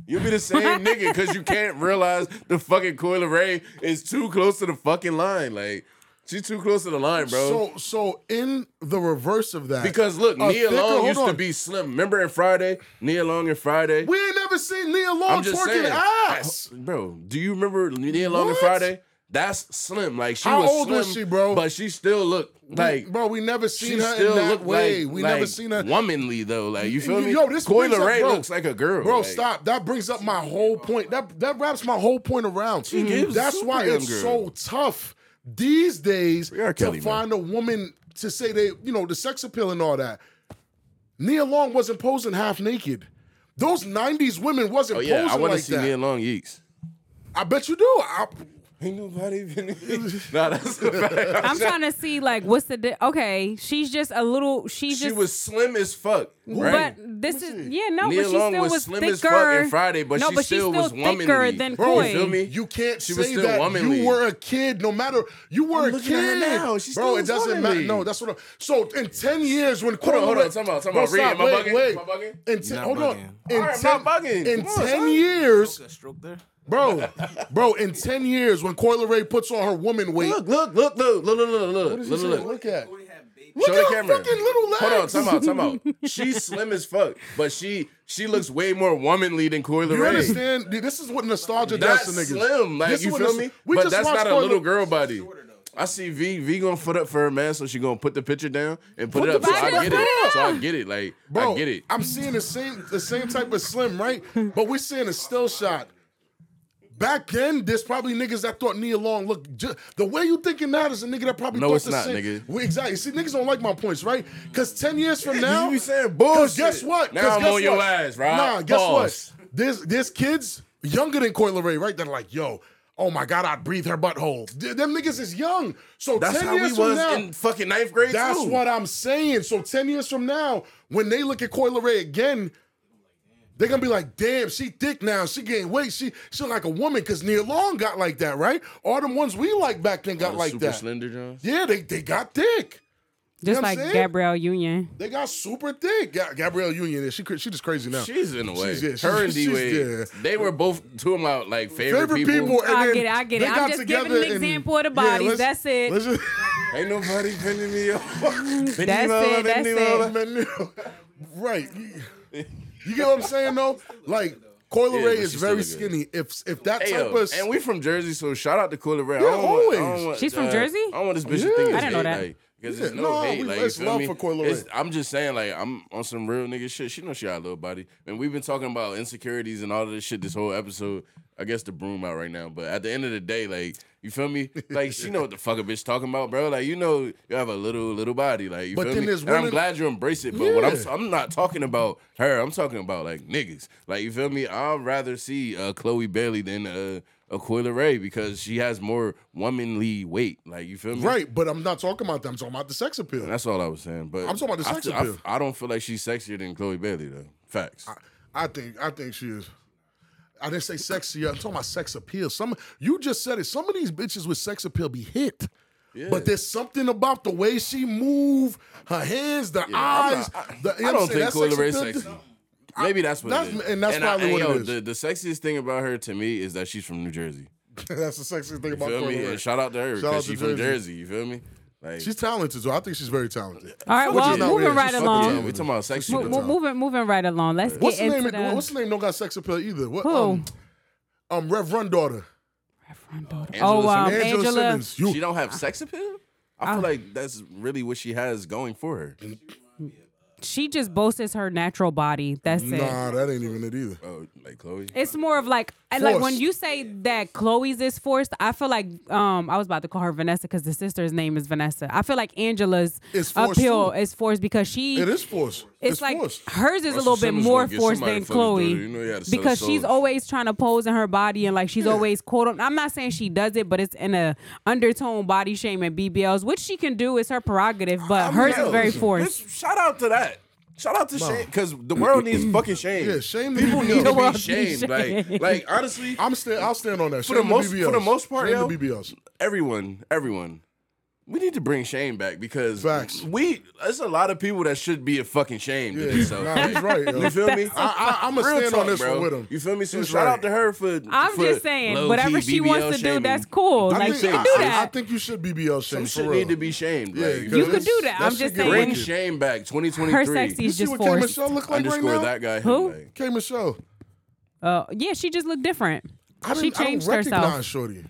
C: You'll be the same nigga because you can't realize the fucking coil array is too close to the fucking line. Like, she's too close to the line, bro.
A: So, so in the reverse of that,
C: because look,
A: a
C: Nia
A: thicker-
C: Long
A: hold
C: used to
A: on.
C: be slim. Remember in Friday? Nia Long and Friday.
A: We ain't never seen Nia Long
C: I'm just
A: twerking
C: saying,
A: ass.
C: bro. Do you remember Nia Long
A: What?
C: and Friday? That's slim. Like she
A: How
C: was
A: old
C: slim,
A: was she, bro?
C: but she still looked like
A: bro, we never
C: she
A: seen her in
C: still
A: that
C: looked
A: way.
C: like
A: we
C: like
A: never seen her.
C: womanly though. Like you feel
A: Yo,
C: me?
A: yo, this
C: Coil
A: brings up-
C: Ray
A: bro.
C: looks like a girl,
A: Bro,
C: like,
A: stop. That brings up my whole point. That that wraps my whole point around. Mm-hmm.
C: gives
A: That's
C: super
A: why
C: damn
A: it's so
C: girl.
A: tough these days
C: R. Kelly,
A: to
C: man.
A: find a woman to say they, you know, the sex appeal and all that. Nia Long wasn't posing half naked. Those '90s women wasn't
C: Oh yeah, I
A: posing
C: want to
A: like
C: see
A: that.
C: Nia Long yeeks.
A: I bet you do. I,
C: Ain't nobody been. nah, that's the fact.
B: I'm trying to see like what's the di- okay. She's just a little. She's
C: She
B: just.
C: was slim as fuck, right?
B: But this is yeah no,
C: Nia
B: but she
C: Long
B: still
C: was
B: was,
C: slim
B: thicker.
C: as fuck in Friday, but
B: no,
C: she
B: but
C: still
B: she's
C: was
B: still thicker
C: womanly.
B: than
C: Bro,
B: Koi.
C: you feel me?
A: You can't
C: She
A: say
C: was still
A: that
C: womanly.
A: you were a kid. No matter you were a
C: looking at her
A: kid.
C: now. She
A: Bro,
C: still
A: it doesn't matter.
C: womanly.
A: No, that's what. I'm, so in ten years, when
C: Hold on, hold on.
A: Corona-
C: Time out, time
A: Bro,
C: out. Reed,
A: stop,
C: am I
A: wait,
C: bugging?
A: wait.
C: Am I bugging?
A: In ten,
E: not
A: hold
E: bugging.
A: on. In
C: All right, I'm
A: 10
C: not bugging.
A: In
C: Come on,
A: ten
C: son.
A: years,
E: Got stroke there.
A: bro, bro. In ten years, when Coyle Ray puts on her woman weight,
C: Look, look, look, look, look, look, look, look,
A: What
C: look,
A: is he
C: look,
A: saying?
C: look.
A: look at.
C: Show
A: Look
C: the
A: at her
C: camera.
A: fucking little legs.
C: Hold on, time out, time out. She's slim as fuck, but she she looks way more womanly than Coi
A: You
C: Leray.
A: understand? Dude, this is what nostalgia
C: That's
A: does to niggas.
C: slim, like
A: This is
C: you
A: what
C: feel
A: nos-
C: me?
A: We
C: But
A: just
C: that's
A: watched
C: not a
A: Coi
C: little
A: Leray-
C: girl body. I see V V gonna foot up for her man, so she gonna put the picture down and put,
A: Put
C: it up.
A: the
C: So
A: picture
C: I get
A: down.
C: it. So I get it. Like
A: Bro,
C: I get it.
A: am seeing the same the same type of slim, right? But we're seeing a still shot. Back then, there's probably niggas that thought Nia Long looked ju- the way you thinking now is a nigga that probably
C: No,
A: thought
C: it's
A: the
C: not,
A: same.
C: nigga.
A: We- exactly. See, niggas don't like my points, right? Because ten years from now,
C: you be saying
A: 'cause
C: bullshit.
A: Guess what? 'Cause
C: Now I'm
A: guess
C: on your
A: what?
C: ass, Rob.
A: Nah, guess
C: Pause.
A: what? There's there's kids younger than Coi Ray, right? That are like, yo, oh my god, I'd breathe her butthole. Th- them niggas is young, so
C: That's
A: ten
C: how
A: years
C: we
A: from
C: was
A: now,
C: in fucking ninth grade
A: that's
C: too.
A: what I'm saying. So ten years from now, when they look at Coil Ray again, they're gonna be like, "Damn, she thick now. She gained weight. She she look like a woman." Because Nia Long got like that, right? All them ones we like back then got
C: The
A: like
C: Oh, super
A: that.
C: slender, John.
A: Yeah, they they got thick.
B: Just
A: I'm
B: like
A: saying?
B: Gabrielle Union.
A: They got super thick. Ga- Gabrielle Union, is- she cra- she just crazy now.
C: She's in a way.
A: She's- yeah, she's-
C: Her and D
A: she's-
C: Wade.
A: yeah.
C: They were both two of my like favorite,
A: Favorite people.
C: people.
A: and
B: I
A: then
B: get it, I get
A: they
B: it. I'm
A: got
B: just giving
A: together
B: an
A: and-
B: example of the
A: yeah,
B: bodies.
A: let's-
B: That's it.
A: let's just-
C: Ain't nobody bending me off. that's
B: That's it, that's it.
A: menu. right. You, you get what I'm saying though? Like Coil
C: Yeah,
A: Ray
C: but
A: is
C: she's still
A: very
C: good.
A: skinny. If if that
C: Hey,
A: type
C: yo,
A: of
C: and we from Jersey, so shout out to Coyle Ray.
A: Yeah,
C: I don't want, I don't
A: always.
C: want,
B: She's from
C: uh,
B: Jersey?
C: I don't want this bitch
A: Yeah.
C: to think
A: I
C: it's
B: didn't know that.
C: Because
A: Yeah,
C: there's no,
A: no,
C: hate.
A: we-
C: like,
A: it's
C: you feel
A: love
C: me?
A: for Coi
C: It's-
A: Leray.
C: I'm just saying, like, I'm on some real nigga shit. She knows she got a little body. And we've been talking about insecurities and all of this shit this whole episode. I guess the broom out right now. But at the end of the day, like, you feel me? Like, she know what the fuck a bitch talking about, bro. Like, you know, you have a little, little body. Like, you
A: But
C: feel
A: then
C: me?
A: there's
C: And I'm
A: women-
C: glad you embrace it. But what I'm,
A: Yeah.
C: I'm not talking about her. I'm talking about, like, niggas. Like, you feel me? I'd rather see uh, Chloe Bailey than uh, a Coyle Ray because she has more womanly weight. Like, you feel me?
A: Right, but I'm not talking about them. I'm talking about the sex appeal.
C: That's all I was saying. But
A: I'm talking about the
C: I
A: sex
C: feel- I,
A: appeal.
C: I don't feel like she's sexier than Chloe Bailey though. Facts.
A: I think I think she is. I didn't say sexy. I'm talking about sex appeal. Some you just said it. Some of these bitches with sex appeal be hit. But there's something about the way she move, her hands, the
C: I'm
A: eyes.
C: not- I,
A: the, you know what
C: I
A: I'm saying?
C: don't think
A: That
C: Coyle
A: sex
C: Ray's
A: appeal-
C: sexy. Maybe that's what
A: that's-
C: it is.
A: and that's probably what it
C: yo,
A: is.
C: The, the sexiest thing about her to me is that she's from New Jersey.
A: That's the sexiest thing about
C: You feel
A: Coi
C: me?
A: Leray.
C: And shout out to her
A: Shout out
C: because
A: to
C: she's from
A: Jersey.
C: Jersey. You feel me? Like
A: She's talented, so I think she's very talented.
B: All right,
A: Which
B: well,
A: is not
B: moving
A: weird.
B: right
A: She's fucking
B: along.
C: yeah, we talking about sexy.
B: Mo- mo- moving, moving right along. Let's
A: What's the
B: get
A: name?
B: into the.
A: What's the name? Don't got sex appeal either. What?
B: Who?
A: Um, um, Rev Run daughter.
B: Reverend daughter.
C: Angela
B: Oh, um,
C: Simmons.
A: Angela,
B: Angela.
A: Simmons. You
C: she don't have sex appeal. I feel like that's really what she has going for her.
B: She just boasts her natural body. That's it.
A: Nah, that ain't even it either.
C: Oh, like Chloe.
B: It's more of like I- like when
A: Forced.
B: you say that Chloe's is forced. I feel like um I was about to call her Vanessa because the sister's name is Vanessa. I feel like Angela's
A: It's forced,
B: appeal
A: too.
B: is forced because she
A: It is forced.
B: It's,
A: It's
B: like
A: forced.
B: hers is a
C: Russell
B: little bit
C: Simmons
B: more
C: gonna get
B: forced
C: somebody
B: than
C: to fuck his daughter.
B: Chloe
C: You know he had to sell
B: because she's
C: souls.
B: always trying to pose in her body and like she's always quote. I'm not saying she does it, but it's in a undertone body shame and BBLs, which she can do. It's her prerogative, but hers
C: Yeah,
B: is very
C: listen,
B: forced.
C: this- shout out to that. Shout out to shame because the world needs fucking shame.
A: Yeah, shame the
C: People
A: BBLs.
C: need
A: The
C: to
B: world
C: be
B: needs
C: shamed.
B: shame.
C: Like, like honestly,
A: I'm stand. I'll stand on that.
C: For
A: Shame
C: the most- for
A: BBLs.
C: the most part,
A: Shame
C: yo.
A: the BBLs.
C: everyone, everyone, we need to bring shame back because
A: Facts.
C: we. There's a lot of people that should be a fucking shame to
A: Yeah,
C: themselves.
A: nah, he's right. Yo.
C: You feel me?
A: I, I, I'm gonna
C: Real
A: stand
C: talk,
A: on this
C: bro.
A: one with him.
C: You feel me? So
A: He's
C: shout
A: right.
C: out to her for.
B: I'm
C: for
B: just saying,
C: low-key
B: whatever she
C: BBL
B: wants to do,
C: shaming.
B: that's cool.
C: I
B: Like
C: think-
B: she
C: I-
B: can do
C: I-
A: I
B: that.
A: think you should BBL shame
C: Some
A: for
C: shit
A: real.
C: need to be shamed.
A: Yeah,
C: like,
A: because
B: You could
A: that's-
B: do that.
A: that
B: I'm
A: shit
B: just
A: get
B: saying.
C: Bring
A: wicked.
C: shame back. 2023.
B: her sex
A: You
B: is
A: see
B: just
A: what K
B: forced.
A: Michelle look like right
C: Underscore
A: now?
C: that guy.
B: Who?
C: Like,
A: K Michelle.
B: Uh, yeah, she just looked different.
A: I didn't,
B: She
A: I
B: changed
A: don't recognize
B: herself.
A: Shorty.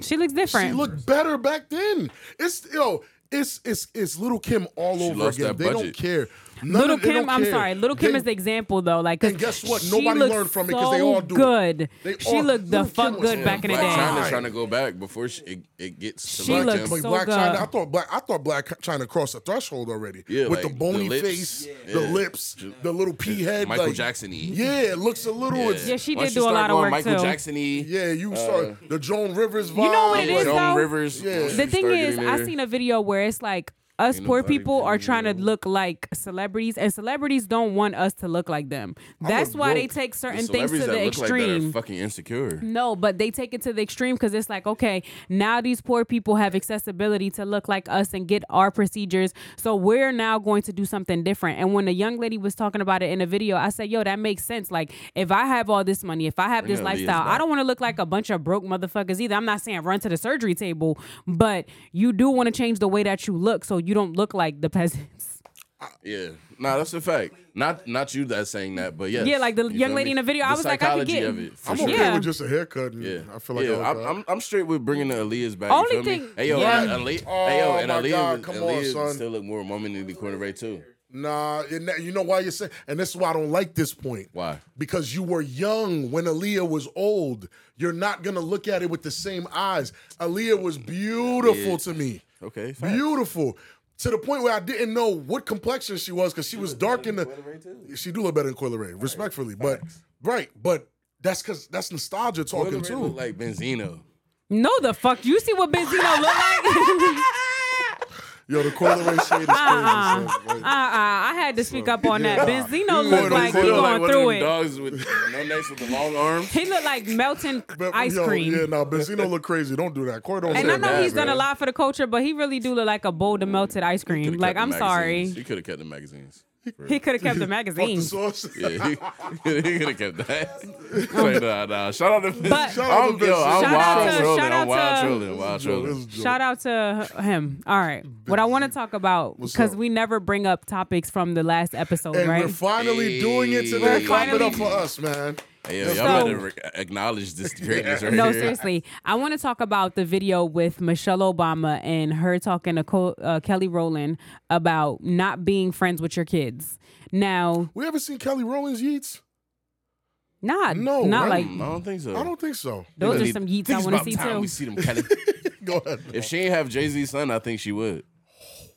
B: She looks different.
A: She looked better back then. It's yo, it's it's it's little Kim all over
C: lost
A: again.
C: that
A: They don't
C: budget.
A: care. None
B: Little
A: of- they
B: Kim,
A: don't
B: I'm
A: care.
B: sorry. Little Kim
A: They-
B: is the example though. Like, 'cause
A: And guess what?
B: she
A: Nobody
B: looks
A: learned from it 'cause they
B: so
A: all do it.
B: Good.
A: They
B: she
A: all-
B: looked the
A: Little Kim
B: fuck
A: was
B: good
A: so
B: back in the
C: Black
A: fine.
B: day.
C: China trying to go back before she, it, it gets to
B: She
C: Black
B: looks
C: China.
A: Like
B: so
A: Black
B: good.
A: China, I thought Black, I thought Black China crossed the threshold already.
C: Yeah,
A: with
C: like,
A: the bony
C: the lips.
A: face,
C: Yeah.
A: the
C: Yeah.
A: lips, the little pea head,
C: Michael
A: like-
C: Jackson-y.
A: Yeah, it looks a little. Yeah,
B: Yeah, she
C: Once
B: did do a
C: start
B: lot of
C: going
B: work,
C: Michael
B: too.
C: Jackson-y,
A: yeah you saw the Joan Rivers vibe.
B: You know what it is,
C: Uh, Joan
B: though?
C: Rivers.
A: Yeah.
C: once
B: the
C: you
B: thing
C: start
B: is,
C: getting
B: I
C: there-
B: seen a video where it's like us poor
C: nobody
B: people are
C: paying
B: trying to look like celebrities, and celebrities don't want us to look like them. That's
A: was
B: why they
A: broke.
B: take
C: The
B: certain things to
C: celebrities that
B: the
C: look like that
B: extreme.
C: are fucking insecure.
B: No, but they take it to the extreme because it's like, okay, now these poor people have accessibility to look like us and get our procedures. So we're now going to do something different. And when the young lady was talking about it in a video, I said, yo, that makes sense. Like, if I have all this money, if I have this
C: gonna leave
B: lifestyle,
C: that.
B: I don't want to look like a bunch of broke motherfuckers either. I'm not saying run to the surgery table, but you do want to change the way that you look so you don't look like the peasants.
C: Yeah, nah, that's a fact. Not not you that's saying that, but yes.
B: Yeah, like the
C: You
B: young
C: feel
B: lady
C: me?
B: in the video, I was like, I could
C: psychology
B: get-
C: of it. For
A: I'm
C: sure.
A: okay
B: Yeah.
A: with just a haircut. And
C: Yeah,
A: I feel like
C: yeah,
A: I
C: I'm, I'm I'm straight with bringing the Aaliyahs back.
B: Only
C: you feel
B: thing-
C: me? Hey yo,
B: Yeah.
C: and Ali-
A: Oh,
C: hey yo, and
A: my
C: Aaliyah,
A: God,
C: was-
A: come on,
C: Aaliyah
A: son.
C: still look more woman in the corner right too.
A: Nah, and that, you know why you say, and this is why I don't like this point.
C: Why?
A: Because you were young when Aaliyah was old. You're not gonna look at it with the same eyes. Aaliyah was beautiful to me.
C: Okay, facts.
A: beautiful to the point where I didn't know what complexion she was because she was dark in the. She do look better than Coyle Ray, respectfully, but right, but that's because that's nostalgia talking
C: Look
A: too.
C: like Benzino.
B: No, the fuck. You see what Benzino look like?
A: Yo, the Coyle Ray shade is crazy. son. Like,
B: Uh, uh, I had to speak up on that. Benzino
A: You
B: looked
A: look
B: like he
A: like
B: going
C: one
B: through
C: of them
B: it.
C: dogs with no necks with the long arms.
B: He looked like melting
A: but,
B: ice
A: yo,
B: cream.
A: Yeah, no, Benzino look crazy. Don't do that. Coyle don't
B: and
A: say
B: I know
A: that.
B: he's done a
C: bro.
B: lot for the culture, but he really do look like a bowl of melted ice cream.
C: Could've
B: Like,
C: kept
B: I'm
C: the magazines.
B: sorry.
C: He could have kept the magazines.
B: He could have kept
A: Fuck the
B: the magazine.
A: sauce.
C: Yeah, he, he could have kept that. Like, nah, nah. Shout out to Vince.
B: But-
A: Shout out to
C: I'm, yo, I'm
A: Vince. Shout
B: out
C: wild
B: to-
C: trolling.
B: shout
C: I'm
B: out
C: wild
B: to-
C: trolling. Wild
A: This
C: trolling.
A: joke.
B: Shout out to him. All right. What I want to talk about, because
A: up?
B: we never bring up topics from the last episode,
A: And
B: right?
A: we're finally doing it today.
B: We're
A: Clap it
B: finally-
A: up for us, man.
C: Hey, yo, y'all
B: So-
C: better re- acknowledge this greatness right
B: no,
C: here.
B: seriously. I want to talk about the video with Michelle Obama and her talking to Co- uh, Kelly Rowland about not being friends with your kids. Now,
A: We haven't seen Kelly Rollins Yeats.
B: not
A: No,
B: not
A: I'm-
B: like
C: I don't think so.
A: I don't think so.
B: Those are
C: Really,
B: some yeets
C: think
B: I
C: it's
B: want to
C: about
B: see
C: time
B: too.
C: We see them kind of.
A: Go ahead.
C: if she ain't have Jay Z's son, I think she would.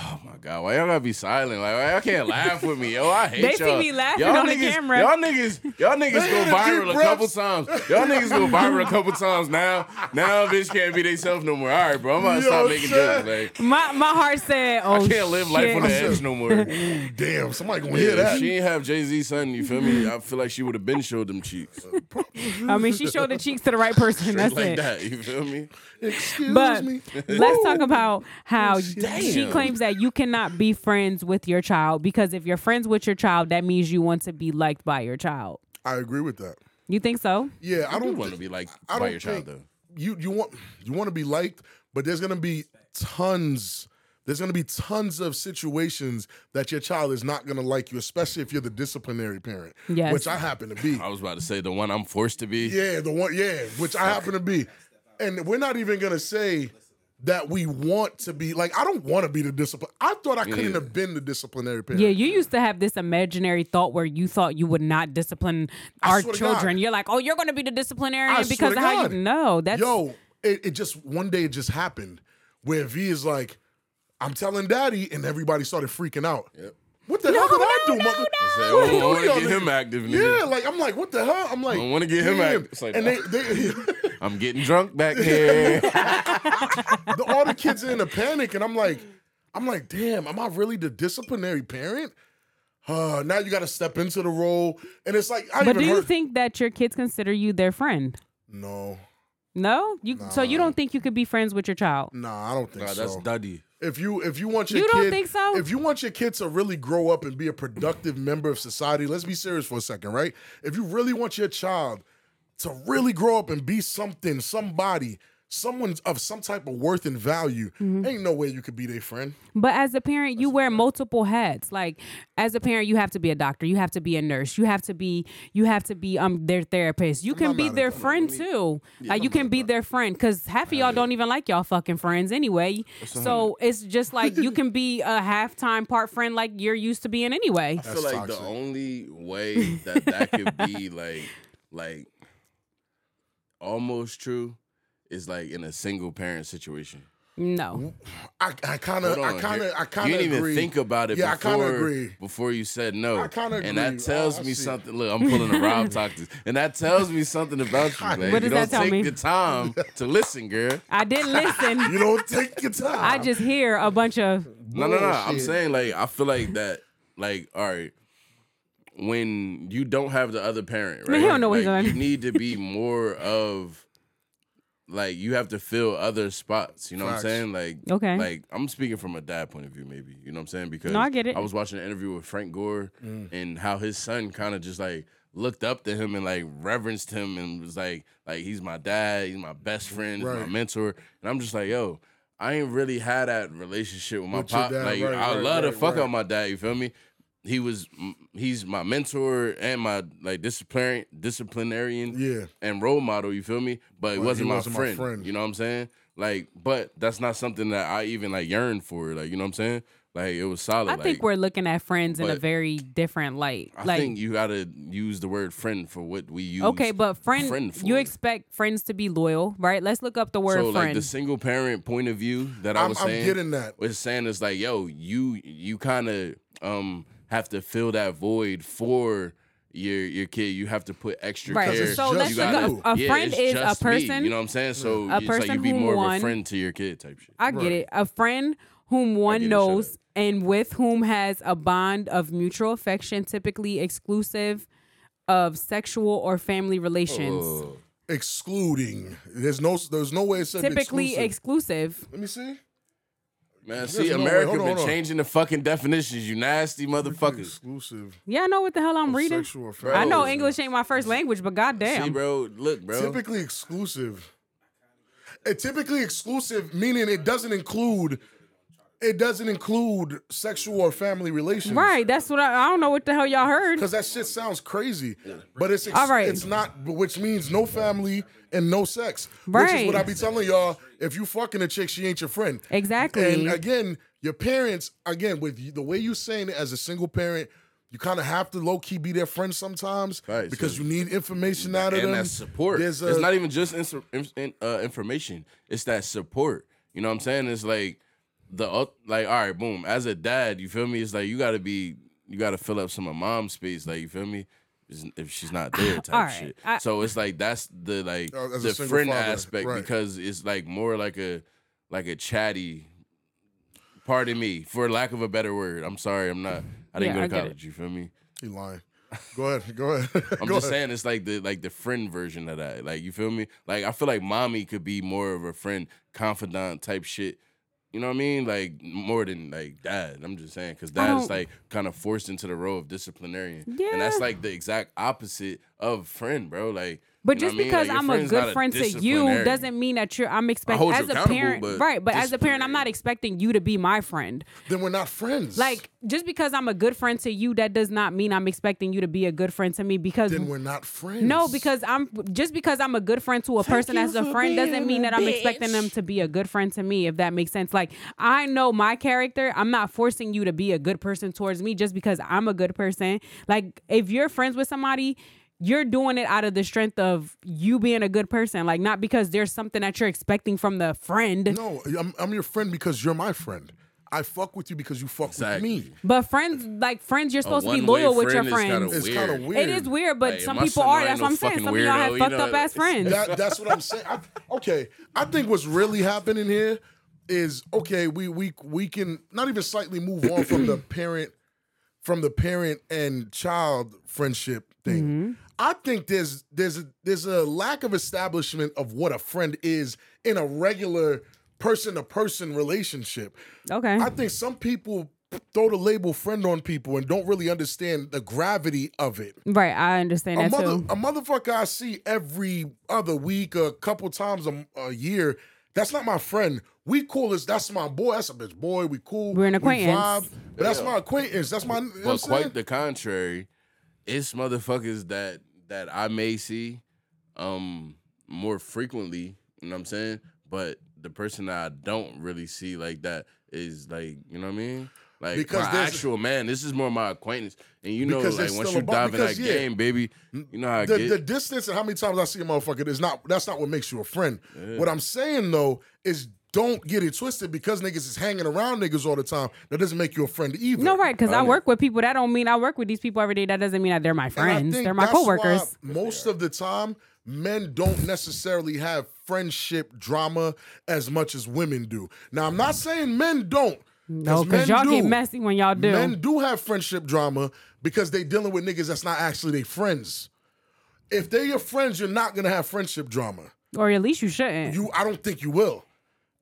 C: Oh my God, why y'all gotta be silent? Like, why y'all can't laugh with me, yo. I hate
B: They see
C: y'all.
B: me laughing
C: y'all
B: on the
C: niggas,
B: camera.
C: Y'all niggas, y'all niggas go
A: did
C: viral
A: deep
C: a
A: breaths.
C: couple times. Y'all niggas go viral a couple times. Now, now, bitch can't be themselves no more. All right, bro, I'm gonna
A: Yo,
C: stop making
A: shit.
C: jokes. Like,
B: My my heart said, "Oh,
C: I can't live life on the
B: shit.
C: edge no more.
A: Damn, somebody gonna hear
C: Yeah,
A: that.
C: if she ain't have Jay Z's son, you feel me? I feel like she would have been showed them cheeks
B: I mean, she showed the cheeks to the right person. That's
C: like
B: it.
C: that. You feel me?
A: Excuse
B: But
A: me. Oh,
B: let's talk about how
C: Damn.
B: she claims that you cannot be friends with your child because if you're friends with your child, that means you want to be liked by your child.
A: I agree with that.
B: You think so?
A: Yeah, I
C: I
A: don't
C: don't want to be like
A: I
C: by
A: don't
C: your child
A: think-
C: though.
A: you you want you want to be liked, but there's gonna be tons. There's gonna be tons of situations that your child is not gonna like you, especially if you're the disciplinary parent,
B: Yes.
A: which I happen to be.
C: I was about to say the one I'm forced to be.
A: Yeah, the one. Yeah, which I happen to be, and we're not even gonna say that we want to be like. I don't want to be the discipline. I thought I couldn't
C: neither.
A: have been the disciplinary parent.
B: Yeah, you used to have this imaginary thought where you thought you would not discipline
A: I
B: our
A: swear to
B: children.
A: God.
B: You're like, oh, you're going to be the disciplinarian
A: I swear
B: because
A: to
B: of how
A: God.
B: you know. That's
A: Yo, it, it just one day it just happened where V is like, I'm telling daddy, and everybody started freaking out.
C: Yep.
A: What the hell did I do, mother?
C: Say,
A: What
C: oh,
A: the
C: I
A: hell
C: want to
A: y'all
C: get
A: niggas-
C: him active.
A: Yeah,
C: Nigga.
A: like I'm like, what the hell? I'm like,
C: I wanna get him
A: damn.
C: act- it's like, "Ah."
A: and they, they
C: I'm getting drunk back here.
A: the, all the kids are in a panic, and I'm like, I'm like, damn, am I really the disciplinary parent? Uh, now you got to step into the role, and it's like I
B: But do
A: even
B: you
A: heard.
B: think that your kids consider you their friend?
A: no,
B: No, you. So you don't think you could be friends with your child?
A: nah, I don't think
C: Nah,
A: so.
C: that's duddy.
A: if you if you want your
B: You
A: kid,
B: don't think so?
A: if you want your kid to really grow up and be a productive member of society, let's be serious for a second, right? If you really want your child to really grow up and be something, somebody, someone of some type of worth and value,
B: Mm-hmm.
A: ain't no way you could be their friend.
B: But as a parent, you wear multiple hats. Like as a parent, you have to be a doctor, you have to be a nurse, you have to be you have to be um their therapist. You can
A: not
B: be
A: mad at
B: their
A: that.
B: friend too. like you can be their friend because half of y'all don't even like y'all fucking friends anyway. So it's just like you can be a half time part friend like you're used to being anyway.
C: I feel like the
A: toxic.
C: only way that that could be like like almost true is like in a single parent situation.
B: No,
A: I I kind of
C: Hold
A: Uh, I
C: on,
A: kind
C: here-
A: of I kind
C: you
A: of
C: didn't
A: agree.
C: even think about it.
A: Yeah, I
C: before,
A: kinda agree.
C: Before you said no,
A: I kinda
C: and that
A: agree.
C: tells
A: Oh, I
C: me
A: see.
C: something. Look, I'm pulling a Rob tactics, and that tells me something about you. Like,
B: What
C: you
B: does that
C: don't
B: tell
C: take
B: me?
C: the time to listen, girl.
B: I didn't listen.
A: You don't take your time.
B: I just hear a bunch of
C: No, no, no. I'm
A: Bullshit.
C: saying like I feel like that. Like all right, when you don't have the other parent, right?
B: he don't know what
C: like,
B: he's doing.
C: You need to be more of. Like you have to fill other spots, you know
A: Facts.
C: what I'm saying? Like,
B: Okay.
C: like I'm speaking from a dad point of view, maybe, you know what I'm saying? Because
B: No, I get it.
C: was watching an interview with Frank Gore
A: Mm.
C: and how his son kind of just like looked up to him and like reverenced him and was like, like he's my dad, he's my best friend, he's my
A: Mm, Right.
C: mentor, and I'm just like, yo. I ain't really had that relationship with my
A: With your
C: pop.
A: dad,
C: like
A: right,
C: I
A: right,
C: love
A: right,
C: to fuck
A: right.
C: up my dad. You feel me? He was mm, he's my mentor and my like disciplinary disciplinarian
A: Yeah.
C: and role model. You feel me? But it
A: he
C: wasn't,
A: wasn't my
C: my, friend,
A: friend.
C: You know what I'm saying? Like, but that's not something that I even like yearned for. Like, you know what I'm saying? Like it was solid.
B: I
C: like,
B: think we're looking at friends in a
C: but-
B: very different light.
C: I
B: like
C: think you gotta use the word friend for what we use.
B: Okay, but friend,
C: friend
B: you
C: for.
B: expect friends to be loyal, right? Let's look up the word
C: so like
B: friend.
C: the single parent point of view that I
A: I'm-
C: was
A: I'm
C: saying,
A: getting that.
C: was saying is like, yo, you you kind of um have to fill that void for your your kid. You have to put extra
B: Right.
C: care.
A: it's
B: So
A: just
B: let's look
A: gotta-
B: up. A
C: Yeah,
B: friend
C: it's
B: is a
C: just me,
B: person.
C: you know what I'm saying? So
B: A
C: it's like
B: person
C: you be
B: whom
C: more
B: one-
C: of a friend to your kid type shit.
B: I get it. A friend whom
C: get
B: one
C: it, shut
B: knows and with whom has a bond of mutual affection, typically exclusive of sexual or family relations.
C: Oh.
A: excluding. There's no there's no way it said
B: typically
A: exclusive.
B: exclusive.
A: Let me see.
C: Man, see,
A: no way.
C: America
A: Hold on,
C: been
A: hold on.
C: changing the fucking definitions. You nasty motherfuckers.
A: Exclusive.
B: Yeah, I know what the hell I'm reading.
A: Sexual
B: I know
A: offense.
B: English ain't my first language, but goddamn.
C: Oh. See, bro, look, bro.
A: Typically exclusive. It typically exclusive, meaning it doesn't include. It doesn't include sexual or family relations.
B: Right, that's what I, I don't know what the hell y'all heard.
A: Because that shit sounds crazy, but it's ex-
B: All right.
A: It's not, which means no family and no sex. Which is
B: Right.
A: what I be telling y'all. If you fucking a chick, she ain't your friend.
B: Exactly.
A: And again, your parents. Again, with you- the way you saying it as a single parent, you kind of have to low key be their friend sometimes
C: Right,
A: because
C: so-
A: you need information out of
C: and
A: them.
C: that support.
A: There's a,
C: it's not e- even just ins- in- in- uh, information. It's that support. You know what I'm saying? It's like the ul- like all right, boom. As a dad, you feel me? It's like you got to be you got to fill up some of mom's space. Like you feel me? Is- If she's not there, type
B: All right.
C: shit.
B: I-
C: so it's like that's the like
A: Uh, as a
C: the
A: single
C: friend
A: father,
C: aspect
A: right.
C: because it's like more like a like a chatty. Pardon me for lack of a better word. I'm sorry. I'm not. I didn't
B: Yeah, I get
C: go to
B: it.
C: college. You feel me?
A: You lying. Go ahead. Go ahead.
C: I'm
A: go
C: just
A: ahead.
C: saying it's like the like the friend version of that. Like you feel me? Like I feel like mommy could be more of a friend, confidant type shit. You know what I mean? Like more than like dad. I'm just saying because dad is
B: don't-
C: like kind of forced into the role of disciplinarian, and that's
B: Yeah.
C: like the exact opposite of friend, bro. Like,
B: But
C: you know
B: just
C: what I mean?
B: because
C: Like, your
B: I'm a
C: friend's not
B: good friend to you
C: disciplinarian.
B: doesn't mean that you're. I'm expecting
C: hold you
B: as a
C: accountable,
B: parent,
C: but
B: right? But as a parent, I'm
C: disciplinarian.
B: not expecting you to be my friend.
A: Then we're not friends.
B: Like just because I'm a good friend to you, that does not mean I'm expecting you to be a good friend to me. Because
A: then we're not friends.
B: no, because I'm just because I'm a good friend to a person as a friend doesn't mean that I'm expecting them to be a good friend to me. If that makes sense, like I know my character, I'm not forcing you to be a good person towards me just because I'm a good person. Like if you're friends with somebody. You're doing it out of the strength of you being a good person, like not because there's something that you're expecting from the friend.
A: No, I'm, I'm your friend because you're my friend. I fuck with you because you fuck
C: Exactly.
A: with me.
B: But friends, like friends, you're supposed to be
C: one-way
B: loyal with your
C: friend is kinda
B: friends.
A: It's kind of
C: Weird.
A: weird.
B: It is weird, but
C: Hey,
B: some
C: my
B: people
C: son
B: are.
C: ain't
B: That's
C: no
B: what I'm saying.
C: fucking
B: Some of y'all
C: weirdo,
B: have
C: you
B: fucked
C: know,
B: up ass
C: it's-
B: friends.
A: That, that's what I'm saying. I, okay, I think what's really happening here is okay. We we we can not even slightly move on from the parent from the parent and child friendship thing.
B: Mm-hmm.
A: I think there's there's a, there's a lack of establishment of what a friend is in a regular person to person relationship.
B: Okay.
A: I think some people throw the label friend on people and don't really understand the gravity of it
B: right. I understand
A: a
B: that
A: mother,
B: too.
A: a motherfucker I see every other week, a couple times a, a year. That's not my friend. We cool as that's my boy. That's a bitch boy. We cool.
B: We're an
A: We
B: acquaintance.
A: vibe, but that's my acquaintance. That's my. You know what I'm
C: But
A: saying?
C: quite the contrary, it's motherfuckers that that I may see um more frequently, you know what I'm saying? But the person that I don't really see like that is like, you know what I mean? Like
A: Because
C: my
A: there's-
C: actual man, this is more my acquaintance. And you know,
A: Because there's
C: like once
A: still
C: you
A: a bond-
C: dive in that
A: because, yeah. Mm,
C: game, baby, you know how I
A: the,
C: get
A: the distance and how many times I see a motherfucker is not that's not what makes you a friend. What I'm saying though is don't get it twisted because niggas is hanging around niggas all the time. That doesn't make you a friend either.
B: No, right, because I work with people. That don't mean I work with these people every day. That doesn't mean that they're my
A: And I
B: friends.
A: think
B: They're my
A: that's why
B: coworkers.
A: Most of the time, men don't necessarily have friendship drama as much as women do. Now, I'm not saying men don't.
B: No,
A: men
B: because y'all
A: do.
B: get messy when y'all do.
A: Men do have friendship drama because they dealing with niggas that's not actually their friends. If they're your friends, you're not gonna have friendship drama.
B: or at least you shouldn't.
A: You, I don't think you will.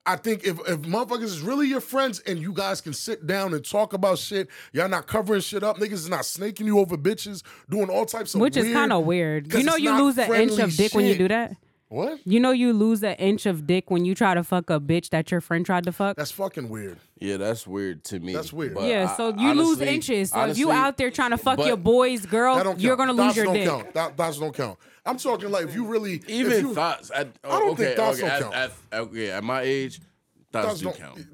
A: I think if, if motherfuckers is really your friends and you guys can sit down and talk about shit, y'all not covering shit up, niggas is not snaking you over bitches, doing all types of
B: which is
A: weird-
B: kind of weird.
A: 'cause
B: You know,
A: it's
B: you
A: not
B: lose an inch
A: friendly
B: of dick when you
A: shit.
B: do that.
A: What?
B: You know, you lose an inch of dick when you try to fuck a bitch that your friend tried to fuck.
A: That's fucking weird.
C: Yeah, that's weird to me.
A: That's weird.
C: But
B: yeah,
C: I-
B: so you lose
C: honestly-
B: inches. So if you
C: honestly,
B: out there trying to fuck
C: but
B: your boys,
A: That don't
B: girl,
A: count.
B: Oh, you're gonna lose
A: Thoughts
B: your
A: don't
B: dick.
A: Count. Thou- thoughts don't count. I'm talking like if you really if
C: even
A: you-
C: thoughts, I,
A: I don't
C: okay,
A: think thoughts
C: okay,
A: don't
C: at,
A: count.
C: At, okay, at my age, thoughts,
A: thoughts
C: do
A: don't
C: count.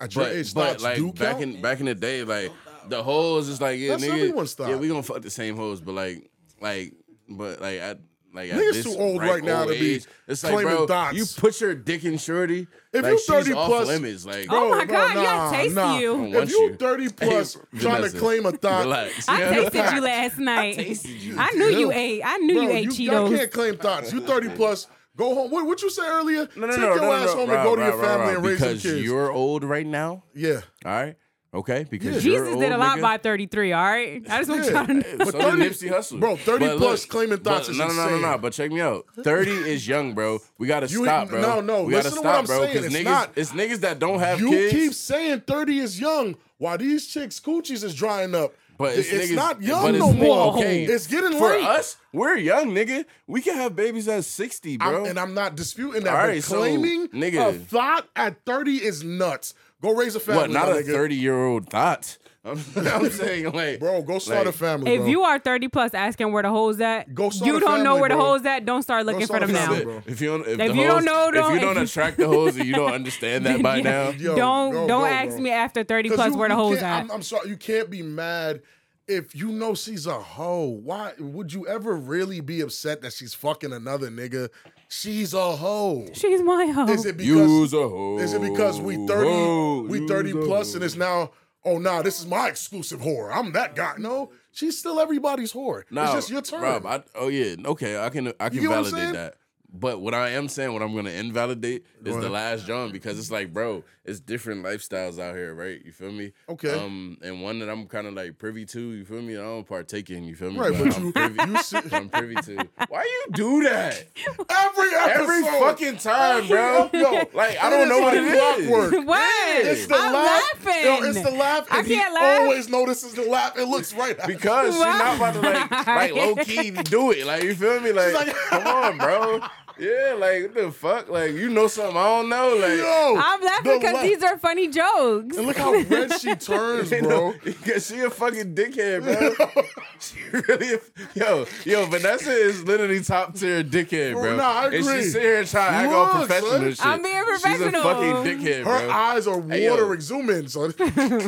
A: At your
C: But,
A: age,
C: but
A: thoughts
C: like
A: do
C: back
A: count.
C: in back in the day, like the hoes is like yeah,
A: That's everyone's
C: nigga,
A: thought.
C: yeah, we gonna fuck the same hoes, but like like but like I. Like at
A: Niggas
C: this
A: too old right now
C: old
A: to be
C: age, it's like,
A: claiming
C: bro,
A: thoughts.
C: You put your dick in shorty.
A: If
C: like,
A: you
C: she's
A: 30
C: off
A: plus-
C: limits, like
B: Oh my
A: no,
B: god,
A: nah,
B: yeah, taste
A: nah.
B: you.
C: don't want
A: if you
C: you.
A: 30 plus
C: Hey,
A: trying to
C: Vanessa,
A: claim a thought,
C: relax.
B: I
C: Yeah.
B: tasted you last night. I,
C: tasted you.
B: knew you
A: Ew.
B: ate. I knew
A: bro,
B: you ate
A: all
B: Cheetos.
A: can't claim thoughts. You 30 plus, go home. What what you say earlier?
C: No, no,
A: Take
C: no,
A: your
C: no,
A: ass
C: no,
A: home
C: Rob,
A: and go to your
C: Rob, Rob,
A: family
C: Rob,
A: and raise your
C: because
A: kids.
C: you're old right now.
A: yeah.
C: All right, okay. Because
A: Yeah.
C: you're
B: Jesus
C: old,
B: did a lot
C: nigga.
B: by 33, all right? I just want
A: Yeah.
B: y'all to know.
C: But
A: But
C: so
A: 30
C: did Nipsey Hussle.
A: bro, 30
C: But
A: plus claiming thoughts
C: but
A: is
C: no, no, no, no, no.
A: insane.
C: But check me out. Thirty is young, bro. We gotta
A: You-
C: stop, bro.
A: no, no,
C: We
A: listen
C: gotta
A: to
C: stop,
A: what I'm
C: bro.
A: saying.
C: Because
A: It's
C: niggas,
A: not-
C: it's niggas that don't have
A: You
C: kids.
A: keep saying 30 is young while these chicks' coochies is drying up.
C: but it's, niggas,
A: not young
C: but it's
A: no
C: niggas-
A: more.
C: Okay,
A: It's getting
C: for
A: late.
C: us. We're young, nigga. We can have babies at sixty, bro.
A: I'm, and I'm not disputing that.
C: All
A: but
C: right, so,
A: claiming
C: nigga.
A: a thought at 30 is nuts. Go raise a family.
C: what? Not
A: my
C: a
A: nigga.
C: thirty-year-old thought. I'm, I'm saying, like,
A: Bro, go start
C: like,
A: a family.
B: If
A: bro.
B: you are 30 plus asking where the hole's at,
A: Go start
B: you
A: a
B: don't know
A: family,
B: where the
A: bro.
B: hole's at, don't start looking for
A: start a
B: them now.
A: family,
C: That's
A: bro.
C: it. If you don't, if,
B: If
C: the
B: you don't
C: hoes-
B: know,
C: if
B: don't-
C: you don't
B: if-
C: attract the hoes, and you don't understand that by now.
A: Yo,
B: don't
A: go,
B: don't
A: go,
B: ask
A: bro.
B: me after 30
A: 'Cause
B: plus
A: you-
B: where the
A: you
B: hole's
A: can't-
B: at.
A: I'm, I'm sorry. You can't be mad if you know she's a hoe. Why would you ever really be upset that she's fucking another nigga? She's a hoe.
B: She's my hoe.
A: Is it because
C: Use a hoe.
A: Is it because we 30
C: Hoe,
A: we
C: use
A: 30
C: a
A: plus
C: hoe.
A: and it's now oh nah this is my exclusive whore. I'm that guy. No, she's still everybody's whore. it's
C: Nah,
A: just your turn.
C: Rob, I, oh yeah, okay, I can I can
A: get what I'm saying?
C: validate that. But what I am saying, what I'm gonna invalidate is the last John because it's like, bro, it's different lifestyles out here, right? You feel me?
A: Okay.
C: Um, and one that I'm kind of like privy to, you feel me? I don't partake in, you feel me?
A: Right, but
C: I'm
A: you-
C: privy,
A: you see-
C: I'm privy to. Why you do that
A: every episode,
C: every fucking time, bro?
A: Yo,
C: like I
A: it
C: don't
A: is
C: know what
A: like
C: it is.
A: clockwork.
B: what?
A: It's the
B: I'm
A: laugh.
B: laughing.
A: Yo, it's the laugh.
B: I
A: and he
B: can't laugh.
A: always notices the laugh. It looks right. at him.
C: Because she's not about to like like
B: Right.
C: low key do it. Like you feel me? Like,
A: like-
C: come on, bro. Yeah, like what the fuck? Like you know something I don't know. Like
A: Yo,
B: I'm
A: the
B: laughing because
A: laugh.
B: these are funny jokes.
A: And look how red she turns,
C: you
A: bro.
C: know, 'cause she a fucking dickhead, bro. she really, a, yo, yo, Vanessa is literally top tier dickhead,
A: Bro,
C: bro.
A: nah, I
C: And
A: agree.
C: she sit here trying to act all
A: Look,
C: professional
A: son.
C: and shit.
B: I'm being
C: She's a
B: professional.
C: fucking dickhead,
A: Her
C: bro.
A: eyes are
C: Hey, yo.
A: watering. Zoom in, son.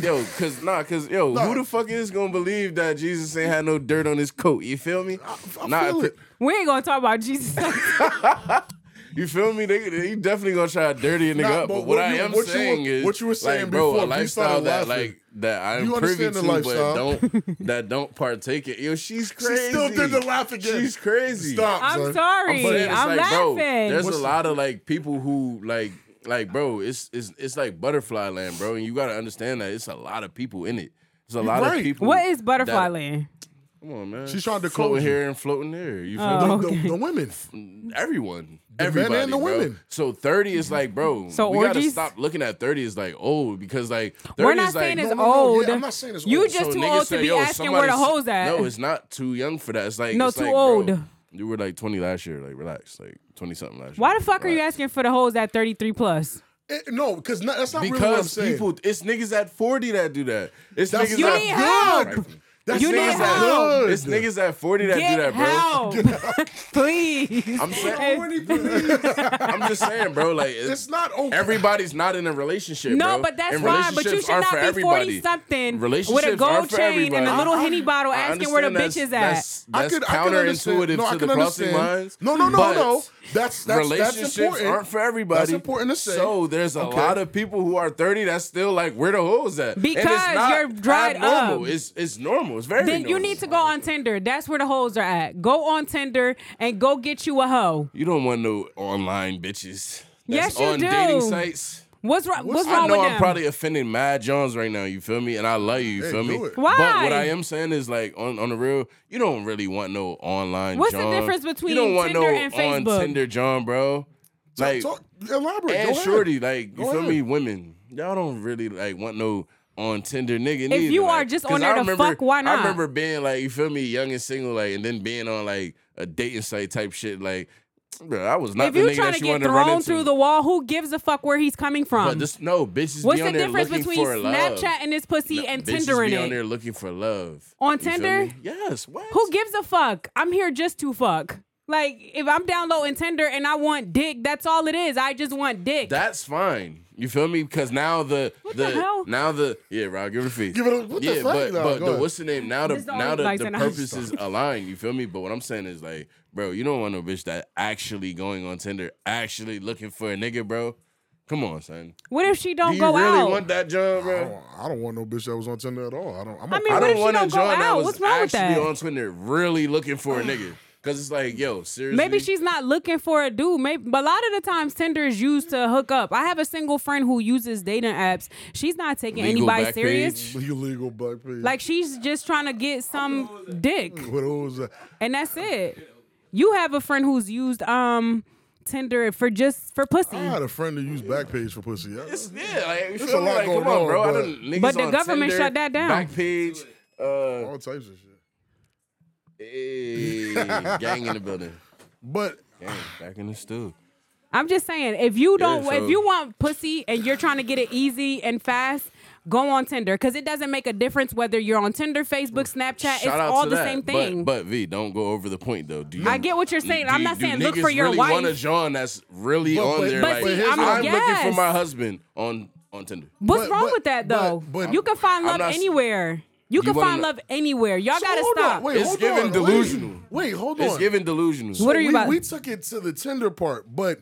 C: Yo, cause nah, cause yo,
A: Nah.
C: who the fuck is gonna believe that Jesus ain't had no dirt on his coat? You feel me?
A: I
C: Nah,
A: feel it.
B: We ain't gonna talk about Jesus.
C: You feel me? They, they definitely gonna try to dirty a nigga
A: Nah, but
C: up. But what,
A: what
C: I
A: you-
C: am
A: what you were-
C: saying is,
A: what you were saying
C: like, bro,
A: before,
C: a
A: we
C: lifestyle
A: started
C: that
A: laughing.
C: like that I'm
A: You
C: privy
A: understand
C: to,
A: the
C: but
A: lifestyle.
C: don't that don't partake it. Yo, she's crazy.
A: still did the laugh again.
C: She's crazy.
A: Stop.
B: I'm
A: son.
B: sorry.
C: But
B: I'm,
C: it's like, bro,
B: laughing.
C: there's
A: What's-
C: a lot of like people who like like bro, it's it's it's like butterfly land, bro, and you gotta understand that it's a lot of people in it. It's a lot
A: right.
C: of people.
B: what is butterfly
C: that-
B: land?
C: Come on, man.
A: She's trying to
C: floating
A: close you.
C: here and floating there. You feel
B: Oh.
C: me?
A: The,
B: Okay.
A: the, the women.
C: everyone,
A: and
C: everybody,
A: the
C: bro.
A: women.
C: So thirty is like, bro.
B: So
C: we gotta
B: orgies?
C: stop looking at thirty as like old because like 30
B: We're not
C: is like,
B: saying it's
A: no, no, yeah,
B: old.
A: I'm not saying it's
B: you
A: old.
B: just
C: so
B: too
C: niggas
B: old
C: say,
B: to be
C: yo,
B: asking where the
C: somebody's-
B: hoes at.
C: No, it's not too young for that. It's like
B: No,
C: it's
B: too
C: like, bro,
B: old.
C: you were like twenty last year. Like relax, like twenty something last year.
B: Why the fuck are you
C: Relax.
B: asking for the hoes at 33 plus?
A: Eh, no, because that's not really what I'm
C: Because
A: saying.
C: people, it's niggas at forty that do that. It's
A: That's
C: niggas
B: You
C: at
B: need
A: not
B: help.
A: good. That's
B: You need
A: not
B: help.
A: good.
C: It's niggas at forty that
B: Get
C: do that, bro.
B: help, please.
C: I'm saying,
B: If-
C: I'm just saying, bro. Like
A: It's not okay.
C: Everybody's not in a relationship.
B: no,
C: bro.
B: but that's
C: And
B: fine. But you
C: relationships
B: should
C: are
B: not
C: for
B: be
C: everybody.
B: forty something with a
C: Relationships are
B: gold
C: for
B: chain and a
C: everybody.
B: little
A: I-
B: henny bottle,
C: I
B: asking where the bitch
C: understand
B: is at.
C: that's,
A: I
C: That's,
A: could- I could understand.
C: counterintuitive
A: No, I
C: to the
A: could
C: crossing
A: understand.
C: minds.
A: No, no, no,
C: but
A: no. That's- that's- that's
C: relationships
A: important.
C: aren't for everybody.
A: That's important to say.
C: So there's a
A: Okay.
C: lot of people who are 30 that's still like, where the hoes at? And it's
B: Because
C: not
B: you're dried
C: abnormal.
B: up.
C: It's it's normal. It's very.
B: Then you
C: normal.
B: need to go on Tinder. That's where the hoes are at. Go on Tinder and go get you a hoe.
C: You don't want no online bitches.
B: Yes,
C: That's
B: you
C: on
B: do.
C: dating sites.
B: What's wrong? What's,
C: I
B: wrong
C: know
B: with
C: I'm
B: them?
C: probably offending Mad Jones right now. You feel me? And I love you. You
A: Hey,
C: feel me?
A: do it.
B: Why?
C: But what I am saying is like on, on the real, you don't really want no online.
B: What's the
C: John.
B: difference between
C: you don't want
B: Tinder
C: no
B: and Facebook?
C: on Tinder John, bro? Like
A: Talk, elaborate.
C: and
A: Go ahead.
C: shorty, like you
A: Go
C: feel
A: ahead.
C: me? Women, y'all don't really like want no. On Tinder, nigga. If
B: you are just on there to fuck, why
C: I
B: not?
C: remember being like, you feel me, young and single, like, and then being on like a dating site type shit. Like, bro, I was not
B: if
C: the
B: you
C: nigga
B: trying to
C: that you
B: get
C: wanted to run
B: thrown
C: into.
B: through the wall, who gives a fuck where he's coming
C: But
B: from?
C: this no bitches.
B: What's
C: be on
B: the
C: there
B: difference
C: looking
B: between
C: for love.
B: Snapchat and this pussy
C: No,
B: and
C: bitches
B: Tinder in
C: be on
B: it?
C: there looking for love
B: On
C: You feel
B: Tinder?
C: me? Yes. What?
B: Who gives a fuck? I'm here just to fuck. Like if I'm downloading Tinder and I want dick, that's all it is. I just want dick.
C: That's fine. You feel me? Because now the
B: the hell?
C: now the yeah, Rob, give it a fee.
A: Give it a- what the
C: yeah,
A: fuck?
C: but
A: No, go
C: but the,
A: ahead.
C: what's the name? Now the
B: This is the
C: now
B: only
C: the,
B: place
C: the
B: that I-
C: purposes align. You feel me? But what I'm saying is like, bro, you don't want no bitch that actually going on Tinder, actually looking for a nigga, bro. Come on, son.
B: what if she don't
C: Do you
B: go
C: really
B: out?
C: want that job,
A: I
C: bro?
A: don't, I don't want no bitch that was on Tinder at all. I don't. I'm
B: I
A: a,
B: mean,
C: I
B: what if
C: don't
B: she
C: want a
B: don't go
C: job that
B: out?
C: was
B: What's wrong with
C: actually
B: that?
C: on Tinder, really looking for a nigga. Cause it's like, yo, seriously.
B: Maybe she's not looking for a dude. Maybe, but a lot of the times Tinder is used to hook up. I have a single friend who uses dating apps. She's not taking
C: Legal
B: anybody
C: back
B: serious.
C: page.
A: illegal black people.
B: Like she's just trying to get some dick,
A: what was uh, that?
B: and that's it. You have a friend who's used um Tinder for just for pussy.
A: I had a friend who used Backpage for pussy. Yeah.
C: It's, yeah, like, you
A: There's
C: feel
A: a
C: me?
A: lot
C: Like,
A: going
C: come on,
A: on,
C: bro. I
A: but-
C: done, niggas
B: But the
C: on
B: government
C: Tinder,
B: shut that down.
C: Backpage, uh,
A: all types of shit.
C: hey, gang in the building,
A: But
C: gang back in the stew.
B: I'm just saying, if you don't,
C: Yeah, so-
B: if you want pussy and you're trying to get it easy and fast, go on Tinder because it doesn't make a difference whether you're on Tinder, Facebook, Snapchat. it's
C: out
B: all
C: to
B: the
C: that.
B: same
C: But-
B: thing.
C: But, V, don't go over the point though. Do you,
B: I get what you're saying.
C: do
B: I'm
C: you-
B: not
C: do
B: saying look
C: niggas
B: for your
C: really
B: wife.
C: Want a John that's really
A: But-
C: on
A: but-
C: there.
A: but
C: like,
A: see, I'm-
C: I'm looking
B: yes.
C: for my husband on on Tinder.
B: What's
A: But-
B: wrong
A: but-
B: with that
A: but-
B: though?
A: but-
B: you can find
C: I'm
B: love
C: not s-
B: anywhere. You can
C: wanna
B: find
C: know-
B: love anywhere. Y'all
A: So
B: gotta
A: hold on,
B: stop.
A: wait,
C: It's
A: hold
C: giving
A: on,
C: delusional.
A: Wait, wait hold
C: It's
A: on.
C: giving delusional.
B: What are you
A: we,
B: about-
A: we took it to the Tinder part, but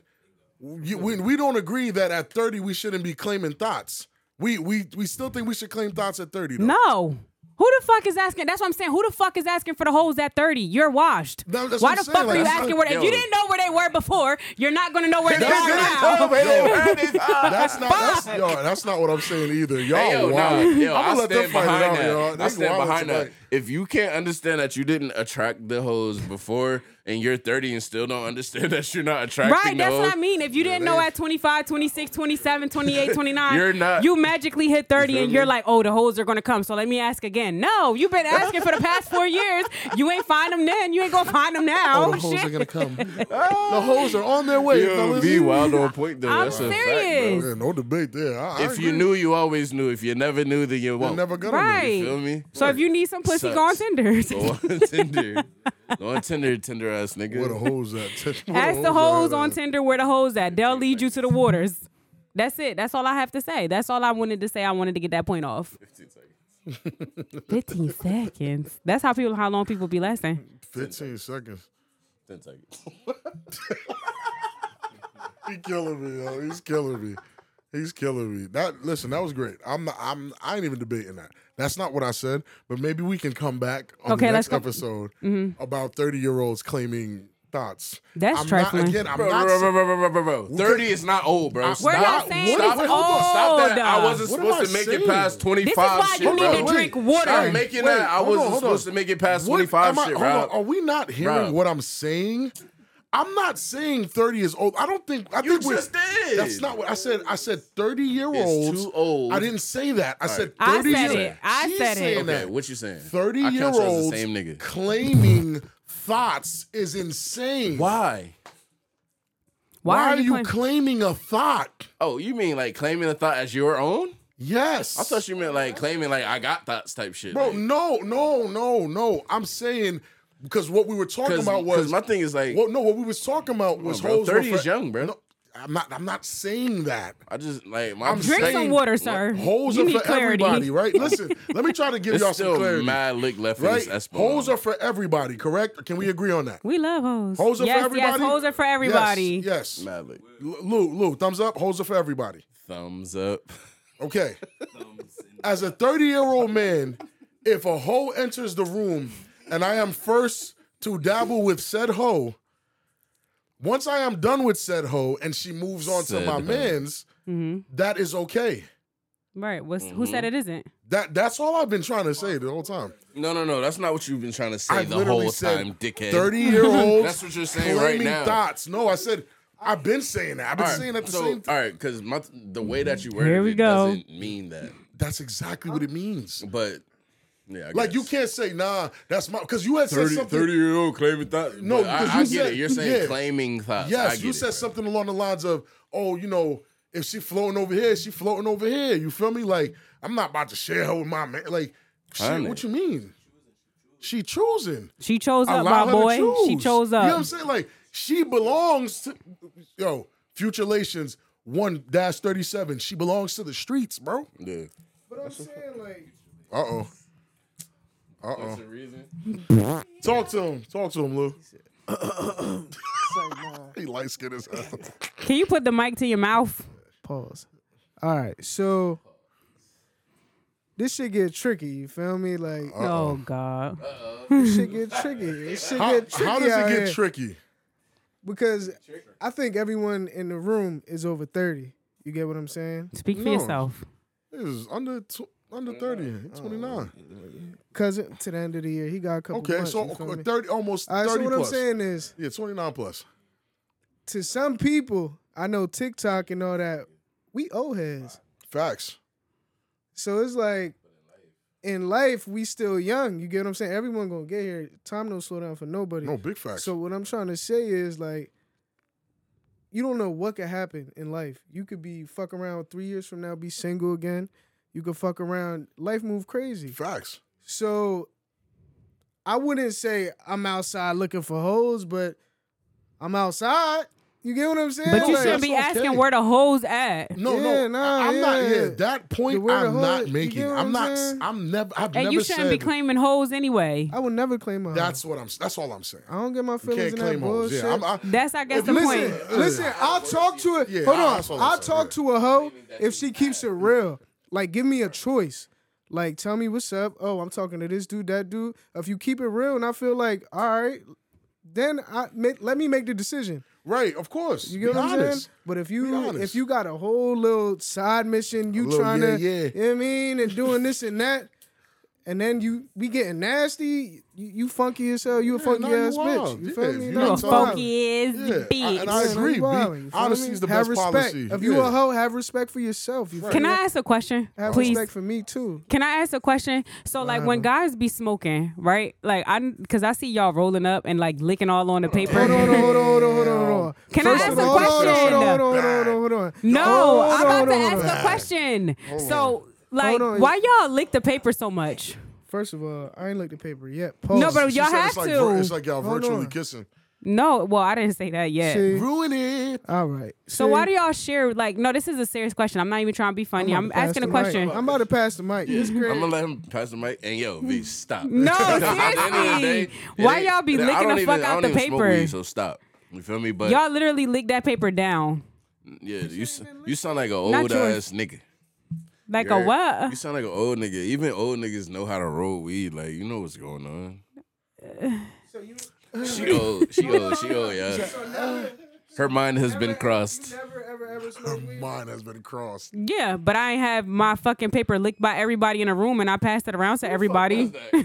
A: you, we, we don't agree that at 30 we shouldn't be claiming thoughts. We we we still think we should claim thoughts at 30. Though.
B: No. Who the fuck is asking? That's what I'm saying. Who the fuck is asking for the hoes at 30? You're washed.
A: No, that's what
B: Why the
A: I'm
B: fuck
A: saying.
B: are
A: Like,
B: you
A: that's
B: asking
A: not-
B: where they? You
C: Yo.
B: didn't know where they were before. You're not gonna know where they are
A: That's
B: now.
A: it. Yo,
C: It's- ah,
A: that's not that's, yo, that's not what I'm saying either. Y'all
C: Hey, yo, nah,
A: wild. I'm
C: yo, I
A: gonna Oh, let them
C: stand
A: find it
C: behind
A: out, y'all.
C: that.
A: They
C: I stand
A: wild
C: behind that.
A: tonight.
C: If you can't understand that you didn't attract the hoes before and you're 30 and still don't understand that you're not attracting
B: Right,
C: the
B: that's
C: hoes,
B: what I mean. If you didn't know at 25, 26, 27, 28, 29,
C: You're not-
B: you magically hit 30
C: feel
B: and you're
C: me?
B: like, oh, the hoes are going to come. So let me ask again. No, you've been asking for the past four years. You ain't find them then. You ain't going to find them now.
A: Oh, the hoes are
B: Oh, Shit.
A: gonna come. the hoes are on their way,
C: Yo,
A: fellas.
C: be wild on point though.
B: I'm
C: That's a
B: serious.
C: fact,
A: Yeah, no debate there. I, I
C: bro. If
A: agree.
C: you knew, you always knew. If you never knew, then you
A: They're
C: won't.
A: never gonna
B: Right.
C: You feel me?
B: So if you need some pussy, go on
C: Sucks.
B: Tinder.
C: Go on Tinder. Go on Tinder, Tinder ass nigga.
A: know. Where the hoes at? Where
B: Ask the
A: are
B: hoes
A: at?
B: on Tinder where the hoes at. They'll lead you to the waters. That's it. That's all I have to say. That's all I wanted to say. I wanted to get that point off. 15 seconds. That's how people how long people be lasting.
A: 15 seconds.
C: Ten seconds.
A: He killing me, yo. He's killing me. He's killing me. That listen, that was great. I'm not, I'm I ain't even debating that. That's not what I said, but maybe we can come back on
B: Okay,
A: the next
B: let's come-
A: episode about 30 year olds claiming thoughts.
B: That's
A: I'm
B: trifling.
A: Not, again, I'm
C: Bro,
A: not
C: bro, bro, bro, bro, bro, bro. 30 is not old, bro.
B: We're
A: Nah,
B: not
A: what
B: saying
A: if-
B: it's
A: wait, hold
B: old.
A: on.
C: Stop that. I wasn't
A: What am
C: supposed
A: I
C: to make
A: saying?
C: it past
B: This
C: 25
B: is why
C: shit,
B: you
A: bro.
B: need to
A: Wait,
B: drink water.
C: Stop making
A: Wait,
C: that. I
A: hold on,
C: wasn't
A: hold on.
C: supposed to make it past
A: What
C: 25
A: am I-
C: shit,
A: hold on,
C: bro.
A: Are we not hearing
C: Rob.
A: what I'm saying? I'm not saying 30 is old. I don't think I
C: You
A: think we-
C: just did.
A: That's not what I said. I said 30 year olds.
C: too old.
A: I didn't say that. I said
B: I
A: 30
B: said
A: year
B: it. I
A: She's
B: said it.
A: saying
C: Okay,
A: that.
C: what you saying?
A: 30
C: I
A: year
C: count you as
A: olds
C: the same nigga.
A: claiming thoughts is insane.
C: Why?
B: Why,
A: Why are you
B: playing-
A: claiming a thought?
C: Oh, you mean like claiming a thought as your own?
A: Yes.
C: I thought you meant like claiming like I got thoughts type shit.
A: Bro,
C: like,
A: no, no, no, no. I'm saying because what we were talking
C: 'cause-
A: about
C: 'cause
A: was
C: my thing is like
A: Well, no, what we was talking about was
C: bro,
A: hoes
C: 30
A: were
C: is young, bro.
A: No, I'm not. I'm not saying that.
C: I just like my
A: I'm
B: Drink
A: saying-
B: some water, sir.
A: Holes
B: you
A: are
B: need
A: for
B: clarity.
A: everybody, right? Listen, let me try to give
C: There's
A: y'all some
C: still
A: clarity.
C: mad lick left in
A: right?
C: this Espo.
A: Holes are for everybody, correct? Can we agree on that?
B: We love hoes.
A: Holes are
B: yes,
A: for everybody.
B: Yes, hoes are for
A: Yes,
B: everybody.
A: Yes.
C: mad lick.
A: L- Lou, Lou, thumbs up. Holes are for everybody.
C: Thumbs up.
A: Okay. As a 30 year old man, if a hoe enters the room and I am first to dabble with said hoe, once I am done with said hoe and she moves on
C: Said
A: to my
C: hoe.
A: man's, that is okay.
B: Right. What's, Who said
A: Mm-hmm.
B: it isn't?
A: That that's all I've been trying to say the whole time.
C: No, no, no. That's not what you've been trying to say
A: I've
C: the
A: literally
C: whole
A: said
C: time, dickhead.
A: 30 year olds
C: That's what you're saying right
A: claiming
C: now.
A: thoughts. No, I said I've been saying that. I've been
C: All right,
A: saying that the
C: so, uh,
A: same time.
C: All right, because my the way that you word
B: Here
C: it,
B: we
C: it
B: go.
C: doesn't mean that.
A: That's exactly what it means.
C: But yeah, I
A: Like you
C: guess.
A: can't say, nah, that's my because you had said
C: 30,
A: something.
C: 30 year old claiming thoughts.
A: No,
C: No, I,
A: because
C: I
A: you
C: get
A: said-
C: it. You're saying
A: yeah.
C: claiming thoughts. I
A: Yes,
C: get
A: you
C: it,
A: said
C: bro.
A: something along the lines of, "Oh, you know, if she floating over here, she floating over here." You feel me? Like I'm not about to share her with my man. Like, shit,
C: Honey.
A: what you mean? She choosing.
B: She chose up,
A: Allow her to
B: my boy. She
A: choose.
B: chose
A: You know what
B: up.
A: I'm saying? Like she belongs to, yo, Futurations one dash thirty seven. She belongs to the streets, bro.
C: Yeah.
F: But I'm saying like
A: Uh oh. Uh
C: That's
A: oh.
C: the reason.
A: Talk to him. Talk to him, Lou.
F: it's like nah.
A: He light skinned as hell.
B: Can you put the mic to your mouth?
F: Pause. All right, so this shit get tricky. You feel me? Like
A: Uh,
B: Oh God.
F: this shit get tricky. This shit
A: How,
F: get tricky.
A: how does
F: out
A: it get
F: here.
A: tricky?
F: Because I think everyone in the room is over thirty. You get what I'm saying?
B: Speak for
A: No.
B: yourself.
A: It was under tw- under thirty,
C: Uh,
A: twenty nine.
F: Cousin to the end of the year, he got a couple.
A: okay,
F: months,
A: so
F: you feel me?
A: thirty, almost
F: All right, so
A: thirty
F: what
A: plus.
F: I'm saying is,
A: Yeah, twenty nine plus.
F: to some people, I know TikTok and all that, we old heads.
A: Facts.
F: So it's like in life we still young. You get what I'm saying? Everyone gonna get here. Time don't slow down for nobody.
A: No big facts.
F: So what I'm trying to say is like, you don't know what could happen in life. You could be fuck around three years from now, be single again. You could fuck around. Life move crazy.
A: facts.
F: So I wouldn't say I'm outside looking for hoes, but I'm outside. You get what I'm saying?
B: But you
F: Like,
B: shouldn't be
A: that's
B: asking
A: okay.
B: where the hoes at.
A: No,
F: Yeah,
A: no,
F: nah,
A: I- I'm not.
F: yeah.
A: Yeah, that point
F: The word
A: I'm
F: of
A: not
F: hood, you
A: making.
F: get what
A: I'm
F: I'm
A: not.
F: saying?
A: I'm never. I've
B: And
A: never
B: you shouldn't
A: said.
B: be claiming hoes anyway.
F: I would never claim a hoe.
A: that's what I'm. s- That's all I'm saying.
F: I don't get my
A: You
F: feelings
A: can't
F: in that
A: claim hoes.
F: bullshit.
A: Yeah, I'm, I,
B: That's I guess the
F: listen,
B: point.
F: listen. I'll talk to it.
A: Yeah,
F: Hold
A: I-
F: on.
A: that's what I'm
F: I'll
A: saying,
F: talk
A: yeah.
F: to a hoe if she keeps it real. Like, give me a choice. Like, tell me what's up. Oh, I'm talking to this dude, that dude. If you keep it real, and I feel like, all right, then I ma- let me make the decision.
A: right, of course.
F: You get
A: be
F: what I'm
A: honest.
F: saying? But if
A: Be
F: you
A: honest.
F: if you got a whole little side mission, you
A: little
F: trying
A: yeah,
F: to,
A: yeah.
F: you know what I mean, and doing this and that, and then you we getting nasty. You, you funky as hell. You a funky
A: nah, you
F: ass bitch.
A: wild.
F: You
A: Yeah,
F: feel
A: if
F: me?
A: you
B: You
F: Nah,
B: a
A: don't
F: I'm
A: talk-
F: wild.
B: funky ass
A: Yeah, I-
B: bitch.
A: and I agree. Be-
F: Wilding, you feel
A: honesty
F: me?
A: is the
F: Have
A: best
F: respect.
A: policy.
F: If you
A: Yeah.
F: a hoe, have respect for yourself. You feel
B: Can
F: me?
B: I ask a question,
F: have
B: please?
F: respect for me too?
B: Can I ask a question? So, like, when guys be smoking, right? Like, I because I see y'all rolling up and like licking all on the paper.
F: Hold on, hold on, hold on, hold on, hold on.
B: Can I
F: First
B: ask
F: of
B: a
F: all, hold on,
B: question?
F: Hold on, hold on, hold on, hold on.
B: No,
F: Hold
B: I'm
F: on,
B: about to
F: hold on.
B: ask a question. So, like,
F: Hold on.
B: why y'all lick the paper so much?
F: First of all, I ain't looked at paper yet. Pause.
B: No, but
A: She
B: y'all
A: said
B: have
A: it's like,
B: to.
A: vir- It's like y'all
F: Hold
A: virtually
F: on.
A: kissing.
B: No, well, I didn't say that yet.
F: See?
A: Ruin it.
F: All right.
B: So why do y'all share? Like, no, this is a serious question. I'm not even trying to be funny. I'm, asking a question.
F: I'm about to pass the mic. It's
C: I'm
F: great.
C: gonna let him pass the mic. And yo,
A: Mm.
C: V, stop.
B: No,
C: Because at the end of the
B: seriously.
C: day, it
B: Why
C: ain't-
B: y'all be
C: I
B: licking
C: don't
B: the
C: even-
B: fuck
C: I
B: out
C: don't
B: the
C: even smoke
B: paper?
C: weed, so stop. You feel me? But
B: Y'all literally lick that paper down.
C: Yeah, you s- you sound like an old
B: Not yours.
C: ass nigga.
B: Like
C: You
B: a
C: heard?
B: what?
C: You sound like an old nigga. Even old niggas know how to roll weed. Like you know what's going on.
F: So you
C: She old. She old. She old. Yeah. Her mind has been crossed.
F: never ever ever
A: Her
F: smoked weed.
A: mind has been crossed.
F: Mm.
B: Yeah, but I ain't have my fucking paper licked by everybody in the room, and I passed it around to everybody.
F: You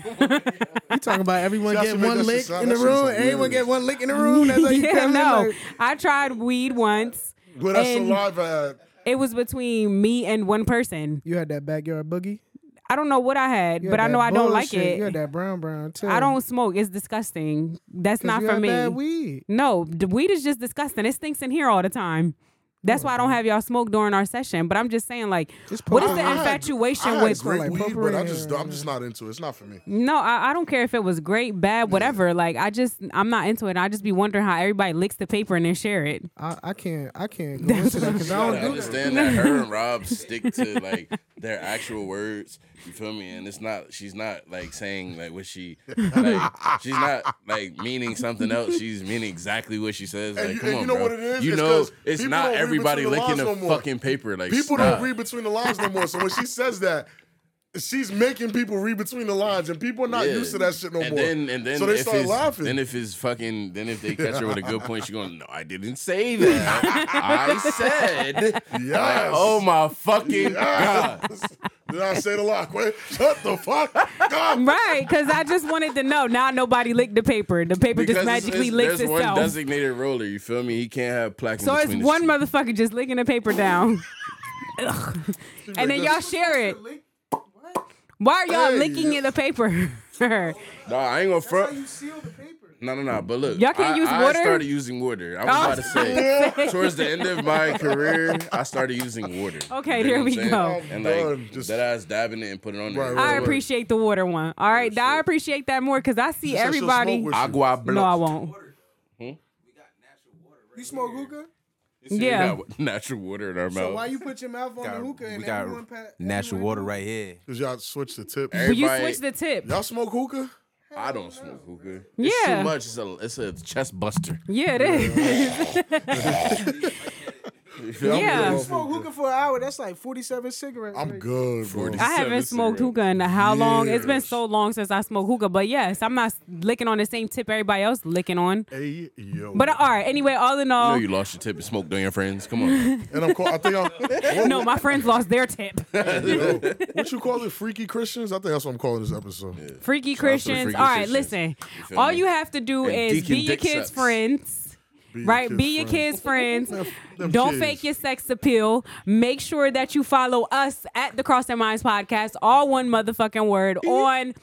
F: talking about everyone
A: See, I
F: get
A: should make that
F: one
A: shit
F: lick
A: sound-
F: in the
A: that shit
F: room?
A: sound
F: Everyone
A: hilarious.
F: get one lick in the room. That's how you
B: yeah,
F: come in,
B: no,
F: like-
B: I tried weed once.
A: Well, that's uh,
B: And-
A: saliva.
B: It was between me and one person.
F: you had that backyard boogie,
B: I don't know what I had,
F: You
B: but
F: had
B: I know
F: that
B: I don't
F: bowl
B: like
F: shit. You had
B: it.
F: that brown brown too.
B: I don't smoke. It's disgusting. That's
F: 'Cause
B: not
F: you
B: for
F: had
B: me.
F: Bad weed.
B: No, the weed is just disgusting. It stinks in here all the time. That's why I don't have y'all smoke during our session. But I'm just saying, like,
F: Just
B: what is
F: pop-
B: the
A: I had-
B: infatuation
A: I had
B: with?
A: great
F: Smell like
A: weed, but I
F: potpourri
A: just
F: or-
A: I'm just not into it. It's not for me.
B: No, I, I don't care if it was great, bad, whatever. Like, I just I'm not into it. I just be wondering how everybody licks the paper and then share it.
F: I, I can't. I can't go into that because I
C: I
F: don't do that.
C: understand that her and Rob stick to like their actual words. You feel me? And it's not she's not like saying like what she like she's not like meaning something else. She's meaning exactly what she says.
A: And
C: Like,
A: you-
C: come
A: and
C: on,
A: you know
C: bro.
A: what it is?
C: You
A: It's
C: know
A: 'cause
C: it's
A: people
C: not
A: don't read
C: everybody
A: between the
C: licking
A: lines
C: a
A: no more.
C: fucking paper. Like
A: People
C: stop.
A: don't read between the lines no more. So when she says that, she's making people read between the lines, and people are not
C: Yeah.
A: used to that shit no
C: and
A: more.
C: Then, and then
A: so they
C: if
A: start
C: it's-
A: laughing.
C: Then if it's fucking, then if they catch her with a good point, she going, no, I didn't say that. I said,
A: yes.
C: oh my fucking god.
A: yes. Did I say the lock? Wait, shut the fuck up.
B: Right, because I just wanted to know. Now nobody licked the paper. The paper
C: Because
B: just
C: it's-
B: magically
C: it's-
B: licks
C: there's one
B: itself.
C: designated roller. You feel me? He can't have plaque. in
B: so it's
C: between his
B: one
C: teeth.
B: motherfucker just licking the paper down. Ugh. And then y'all share it. Why are y'all
A: Hey.
B: licking in the paper?
C: No, I ain't gonna front.
F: seal the paper.
C: No, no, no. But look,
B: Y'all can't
C: I,
B: use
C: I
B: water?
C: started using water. I was
B: Oh.
C: about to say towards the end of my career, I started using water.
B: Okay,
C: You know
B: here
C: what
B: we
C: I'm saying?
B: go.
C: And
A: Done.
C: like
A: Just-
C: that ass dabbing it and putting it on
A: Right,
C: there.
A: right,
B: I
A: right.
B: appreciate the water one. All right, I appreciate that more because I see
A: said she'll smoke
B: everybody.
A: with you.
C: Agua blanca.
B: No, I won't.
F: You smoke hookah,
B: Yeah.
C: We got natural water in our mouth.
F: so why you put your mouth on
E: Got-
F: the hookah and
E: we got
F: everyone pa-
E: Natural
F: everyone-
E: water right here.
A: Cause y'all switch the tip.
C: Hey.
B: Will you
C: Everybody-
B: switch the tip?
A: Y'all smoke hookah?
C: I don't smoke hookah. It's
B: Yeah.
C: too much. It's a it's a chest buster.
B: Yeah, it is. yeah.
F: You smoke hookah for an hour. That's like forty-seven cigarettes.
A: I'm
F: Like,
A: good, bro.
C: 40.
B: I haven't
C: Seven
B: smoked
C: cigarettes.
B: hookah in how long? It's been
A: Years.
B: so long since I smoked hookah, but yes, I'm not licking on the same tip everybody else licking on.
A: Hey, yo.
B: But uh, all right, anyway, all in
C: You know
B: all,
C: you lost your tip and smoked on your friends. Come on.
A: and I'm call, I think I'm. What,
B: no, my friends lost their tip.
A: yo, what you call it? Freaky Christians? I think that's what I'm calling this episode.
B: Freaky
C: out to the
B: Christians.
C: freaky
B: all right,
C: Christians.
B: listen.
C: feel
B: All
C: me?
B: you have to do
C: And
B: is be
C: Deacon
B: your
C: dick
B: kids'
C: sucks.
B: friends.
A: Be your
B: right?
A: kid's
B: Be your
A: friend.
B: kids' friends.
A: them
B: Don't
A: kids.
B: fake your sex appeal. Make sure that you follow us at the Cross Their Minds podcast, all one motherfucking word, on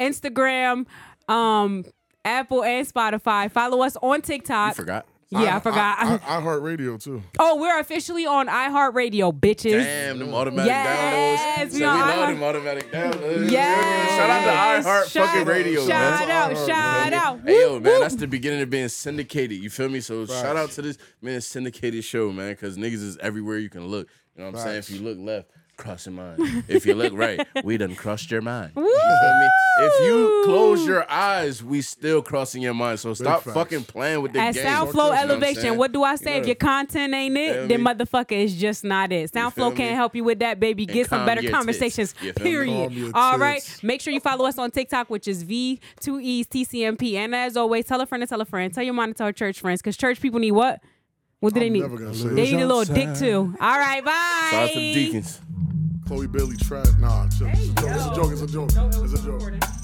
B: Instagram, um, Apple, and Spotify. Follow us on TikTok.
C: I forgot.
B: Yeah, I, forgot.
A: I, I, I Heart Radio too.
B: oh, we're officially on iHeartRadio, bitches.
C: Damn, them automatic
B: Yes,
C: downloads.
B: we
C: So
B: on
C: we love
B: iHeart.
C: them automatic downloads.
B: Yes.
C: Shout out to iHeart
B: Shout-
C: fucking radio,
B: Shout
C: man.
B: out,
A: iHeart,
B: shout out.
C: Hey yo,
B: Whoop,
C: man,
B: whoop.
C: that's the beginning of being syndicated. You feel me? So shout out to this man syndicated show, man, because niggas is everywhere you can look. You know what I'm saying? If
A: Facts.
C: you look left, cross your mind. if you look right, we done crossed your mind. You
B: Woo!
C: feel me? If you close your eyes, we still crossing your mind. So stop
A: facts.
C: fucking playing with the
B: At
C: game.
B: Soundflow
C: You know what I'm
B: Elevation,
C: saying?
B: what do I say?
C: You
B: if
C: know,
B: your content ain't
C: feel
B: it, then
C: me?
B: motherfucker it's just not it.
C: feel
B: Soundflow
C: me?
B: can't help you with that, baby. Get some
C: calm
B: better
C: your
B: conversations.
C: tits. You feel me?
B: Period.
A: Calm your
B: All right.
A: tits.
B: Make sure you follow us on TikTok, which is V2E's TCMP. And as always, tell a friend to tell a friend. Tell your mom to tell her church friends. Cause church people need what? What do they
A: I'm
B: need?
A: never gonna say
B: They
A: this.
B: need a little dick too. All right, bye.
C: shout out to the deacons.
A: Chloe Bailey trash. Nah, chill. It's a joke. It's a joke. It's a joke. It's a joke.